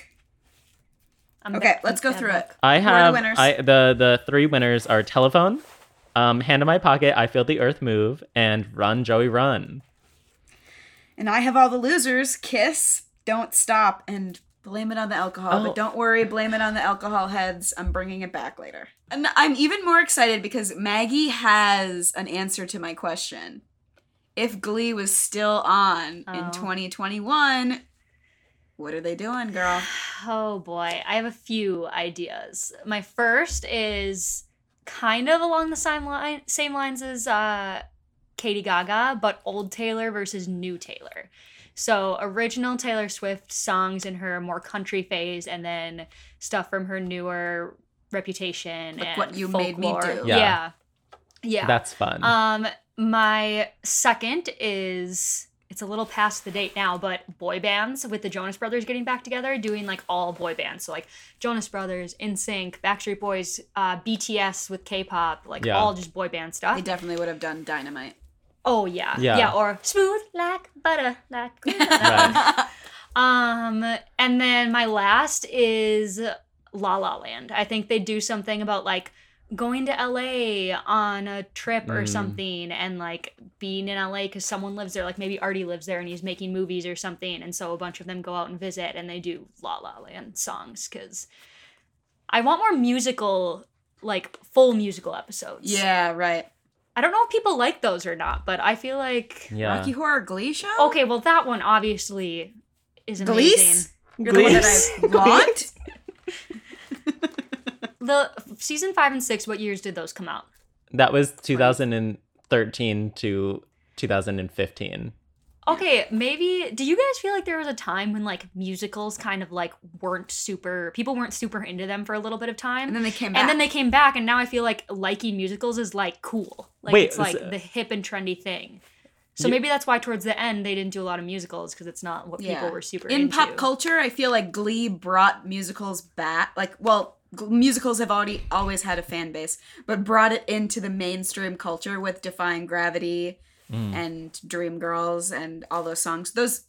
[SPEAKER 4] I'm
[SPEAKER 3] Okay,
[SPEAKER 4] back.
[SPEAKER 3] let's go
[SPEAKER 4] I'm
[SPEAKER 3] through
[SPEAKER 4] back.
[SPEAKER 3] it.
[SPEAKER 2] I
[SPEAKER 3] Who are the
[SPEAKER 2] have
[SPEAKER 3] winners?
[SPEAKER 2] I, the the three winners are telephone, um, hand in my pocket, I feel the earth move, and run Joey run.
[SPEAKER 3] And I have all the losers. Kiss, don't stop, and blame it on the alcohol.
[SPEAKER 2] Oh.
[SPEAKER 3] But don't worry, blame it on the alcohol heads. I'm bringing it back later. And I'm even more excited because Maggie has an answer to my question. If Glee was still on in
[SPEAKER 4] Oh.
[SPEAKER 3] 2021, what are they doing, girl?
[SPEAKER 4] Oh boy, I have a few ideas. My first is kind of along the same line, same lines as uh, Katie Gaga, but old Taylor versus new Taylor. So original Taylor Swift songs in her more country phase, and then stuff from her newer Reputation
[SPEAKER 3] Like
[SPEAKER 4] and
[SPEAKER 3] What You Made Me
[SPEAKER 4] Folklore.
[SPEAKER 3] Do.
[SPEAKER 2] Yeah.
[SPEAKER 4] yeah, yeah.
[SPEAKER 2] That's fun.
[SPEAKER 4] Um, my second is it's a little past the date now, but boy bands with the Jonas Brothers getting back together, doing like all boy bands. So like Jonas Brothers, In Sync, Backstreet Boys, uh, BTS with K-pop, like
[SPEAKER 2] Yeah.
[SPEAKER 4] all just boy band stuff.
[SPEAKER 3] They definitely would have done Dynamite.
[SPEAKER 4] oh yeah,
[SPEAKER 2] Yeah.
[SPEAKER 4] yeah, or smooth like butter, like.
[SPEAKER 2] Right.
[SPEAKER 4] Um, and then my last is La La Land. I think they do something about like going to LA on a trip or
[SPEAKER 2] Mm.
[SPEAKER 4] something and like being in LA because someone lives there, like maybe Artie lives there and he's making movies or something. And so a bunch of them go out and visit and they do La La Land songs because I want more musical, like full musical episodes.
[SPEAKER 3] Yeah, right.
[SPEAKER 4] I don't know if people like those or not, but I feel like,
[SPEAKER 2] yeah.
[SPEAKER 3] Rocky Horror Glee Show?
[SPEAKER 4] okay, well, that one obviously is amazing.
[SPEAKER 3] Glees? You're the one that I want?
[SPEAKER 4] the season five and six what years did those come out
[SPEAKER 2] That was 2013 to 2015.
[SPEAKER 4] okay maybe do you guys feel like there was a time when like musicals kind of like weren't super people weren't super into them for a little bit of time
[SPEAKER 3] And then they came back.
[SPEAKER 4] and then they came back and now i feel like liking musicals is like cool like
[SPEAKER 2] Wait,
[SPEAKER 4] it's like
[SPEAKER 2] so-
[SPEAKER 4] the hip and trendy thing so maybe that's why towards the end they didn't do a lot of musicals because it's not what people were super
[SPEAKER 3] in
[SPEAKER 4] into.
[SPEAKER 3] pop culture. I feel like Glee brought musicals back. Like, well, g- musicals have already always had a fan base, but brought it into the mainstream culture with "Defying Gravity" and "Dreamgirls" and all those songs. Those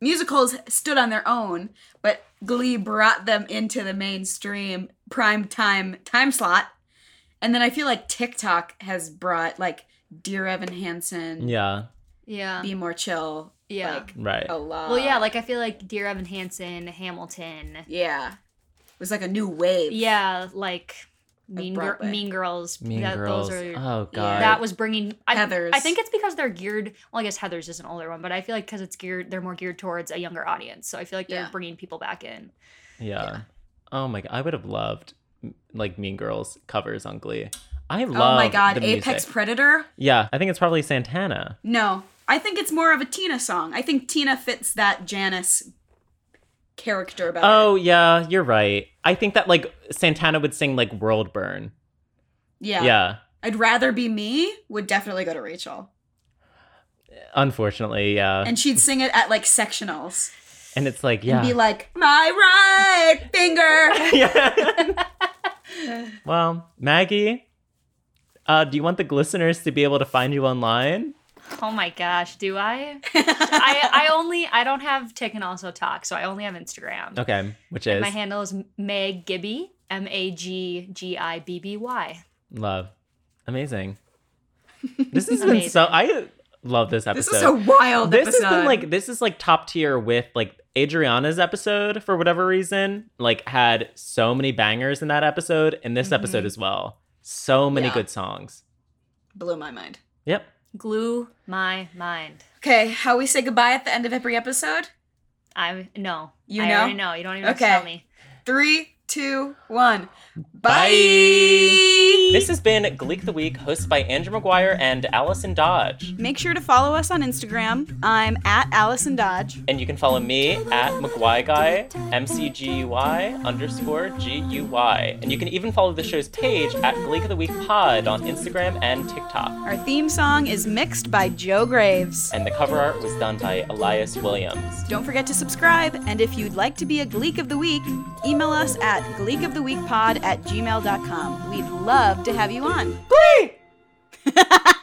[SPEAKER 3] musicals stood on their own, but Glee brought them into the mainstream prime time time slot. And then I feel like TikTok has brought like Dear Evan Hansen,
[SPEAKER 2] Yeah.
[SPEAKER 4] yeah
[SPEAKER 3] Be More Chill,
[SPEAKER 4] yeah
[SPEAKER 3] like uh,
[SPEAKER 2] Right.
[SPEAKER 3] a lot.
[SPEAKER 4] well yeah like i feel like dear evan hansen hamilton
[SPEAKER 3] Yeah. It was like a new wave.
[SPEAKER 4] yeah like mean, Gir-
[SPEAKER 3] Broadway.
[SPEAKER 4] mean girls
[SPEAKER 2] mean
[SPEAKER 4] that-
[SPEAKER 2] girls.
[SPEAKER 4] those are
[SPEAKER 2] oh god.
[SPEAKER 4] that was bringing I,
[SPEAKER 3] Heathers.
[SPEAKER 4] I think it's because they're geared. Well, I guess Heather's is an older one, but I feel like because it's geared, they're more geared towards a younger audience. So I feel like they're
[SPEAKER 3] Yeah.
[SPEAKER 4] bringing people back in.
[SPEAKER 2] yeah. Oh my god. I would have loved m- like Mean Girls covers on Glee. I love.
[SPEAKER 3] oh my god,
[SPEAKER 2] the
[SPEAKER 3] Apex
[SPEAKER 2] music.
[SPEAKER 3] Predator?
[SPEAKER 2] yeah, I think it's probably Santana.
[SPEAKER 3] No. I think it's more of a Tina song. I think Tina fits that Janice character better.
[SPEAKER 2] Oh yeah, you're right. I think that like Santana would sing like World Burn.
[SPEAKER 3] yeah.
[SPEAKER 2] yeah.
[SPEAKER 3] I'd rather be me would definitely go to Rachel.
[SPEAKER 2] Unfortunately, yeah. And,
[SPEAKER 3] And she'd sing it at like sectionals.
[SPEAKER 2] it's like, yeah.
[SPEAKER 3] Be like, my right finger.
[SPEAKER 2] yeah. well, Maggie, uh, do you want the glisteners to be able to find you online?
[SPEAKER 4] Oh my gosh, do I? I I only I don't have Tick and also Talk, so I only have Instagram.
[SPEAKER 2] Okay, which is
[SPEAKER 4] My handle is Meg Gibby, M A G G I B B Y.
[SPEAKER 2] love. Amazing. This has been so. I love this
[SPEAKER 3] This
[SPEAKER 2] episode.
[SPEAKER 3] is a wild
[SPEAKER 2] this
[SPEAKER 3] episode.
[SPEAKER 2] has been like this is like top tier with like Adriana's episode for whatever reason like had so many bangers in that episode and this episode as well. So many
[SPEAKER 3] Mm-hmm. Yeah.
[SPEAKER 2] good songs.
[SPEAKER 3] blew my mind.
[SPEAKER 2] Yep.
[SPEAKER 4] Glue my mind.
[SPEAKER 3] Okay, how we say goodbye at the end of every episode?
[SPEAKER 4] I no.
[SPEAKER 3] You
[SPEAKER 4] I
[SPEAKER 3] know?
[SPEAKER 4] already know. You don't even have to
[SPEAKER 3] Okay.
[SPEAKER 4] tell me.
[SPEAKER 3] Three,
[SPEAKER 5] two, one. Bye.
[SPEAKER 2] This has been Gleek the Week, hosted by Andrew McGuire and Allison Dodge.
[SPEAKER 5] Make sure to follow us on Instagram. I'm at Allison Dodge.
[SPEAKER 2] And you can follow me at McGuy M-C-G-U-Y underscore G-U-Y. And you can even follow the show's page at Gleek of the Week Pod on Instagram and TikTok.
[SPEAKER 5] Our theme song is mixed by Joe Graves.
[SPEAKER 2] And the cover art was done by Elias Williams.
[SPEAKER 5] Don't forget to subscribe, and if you'd like to be a Gleek of the Week, email us at gleekoftheweekpod at gmail.com. We'd love to have you on. Glee!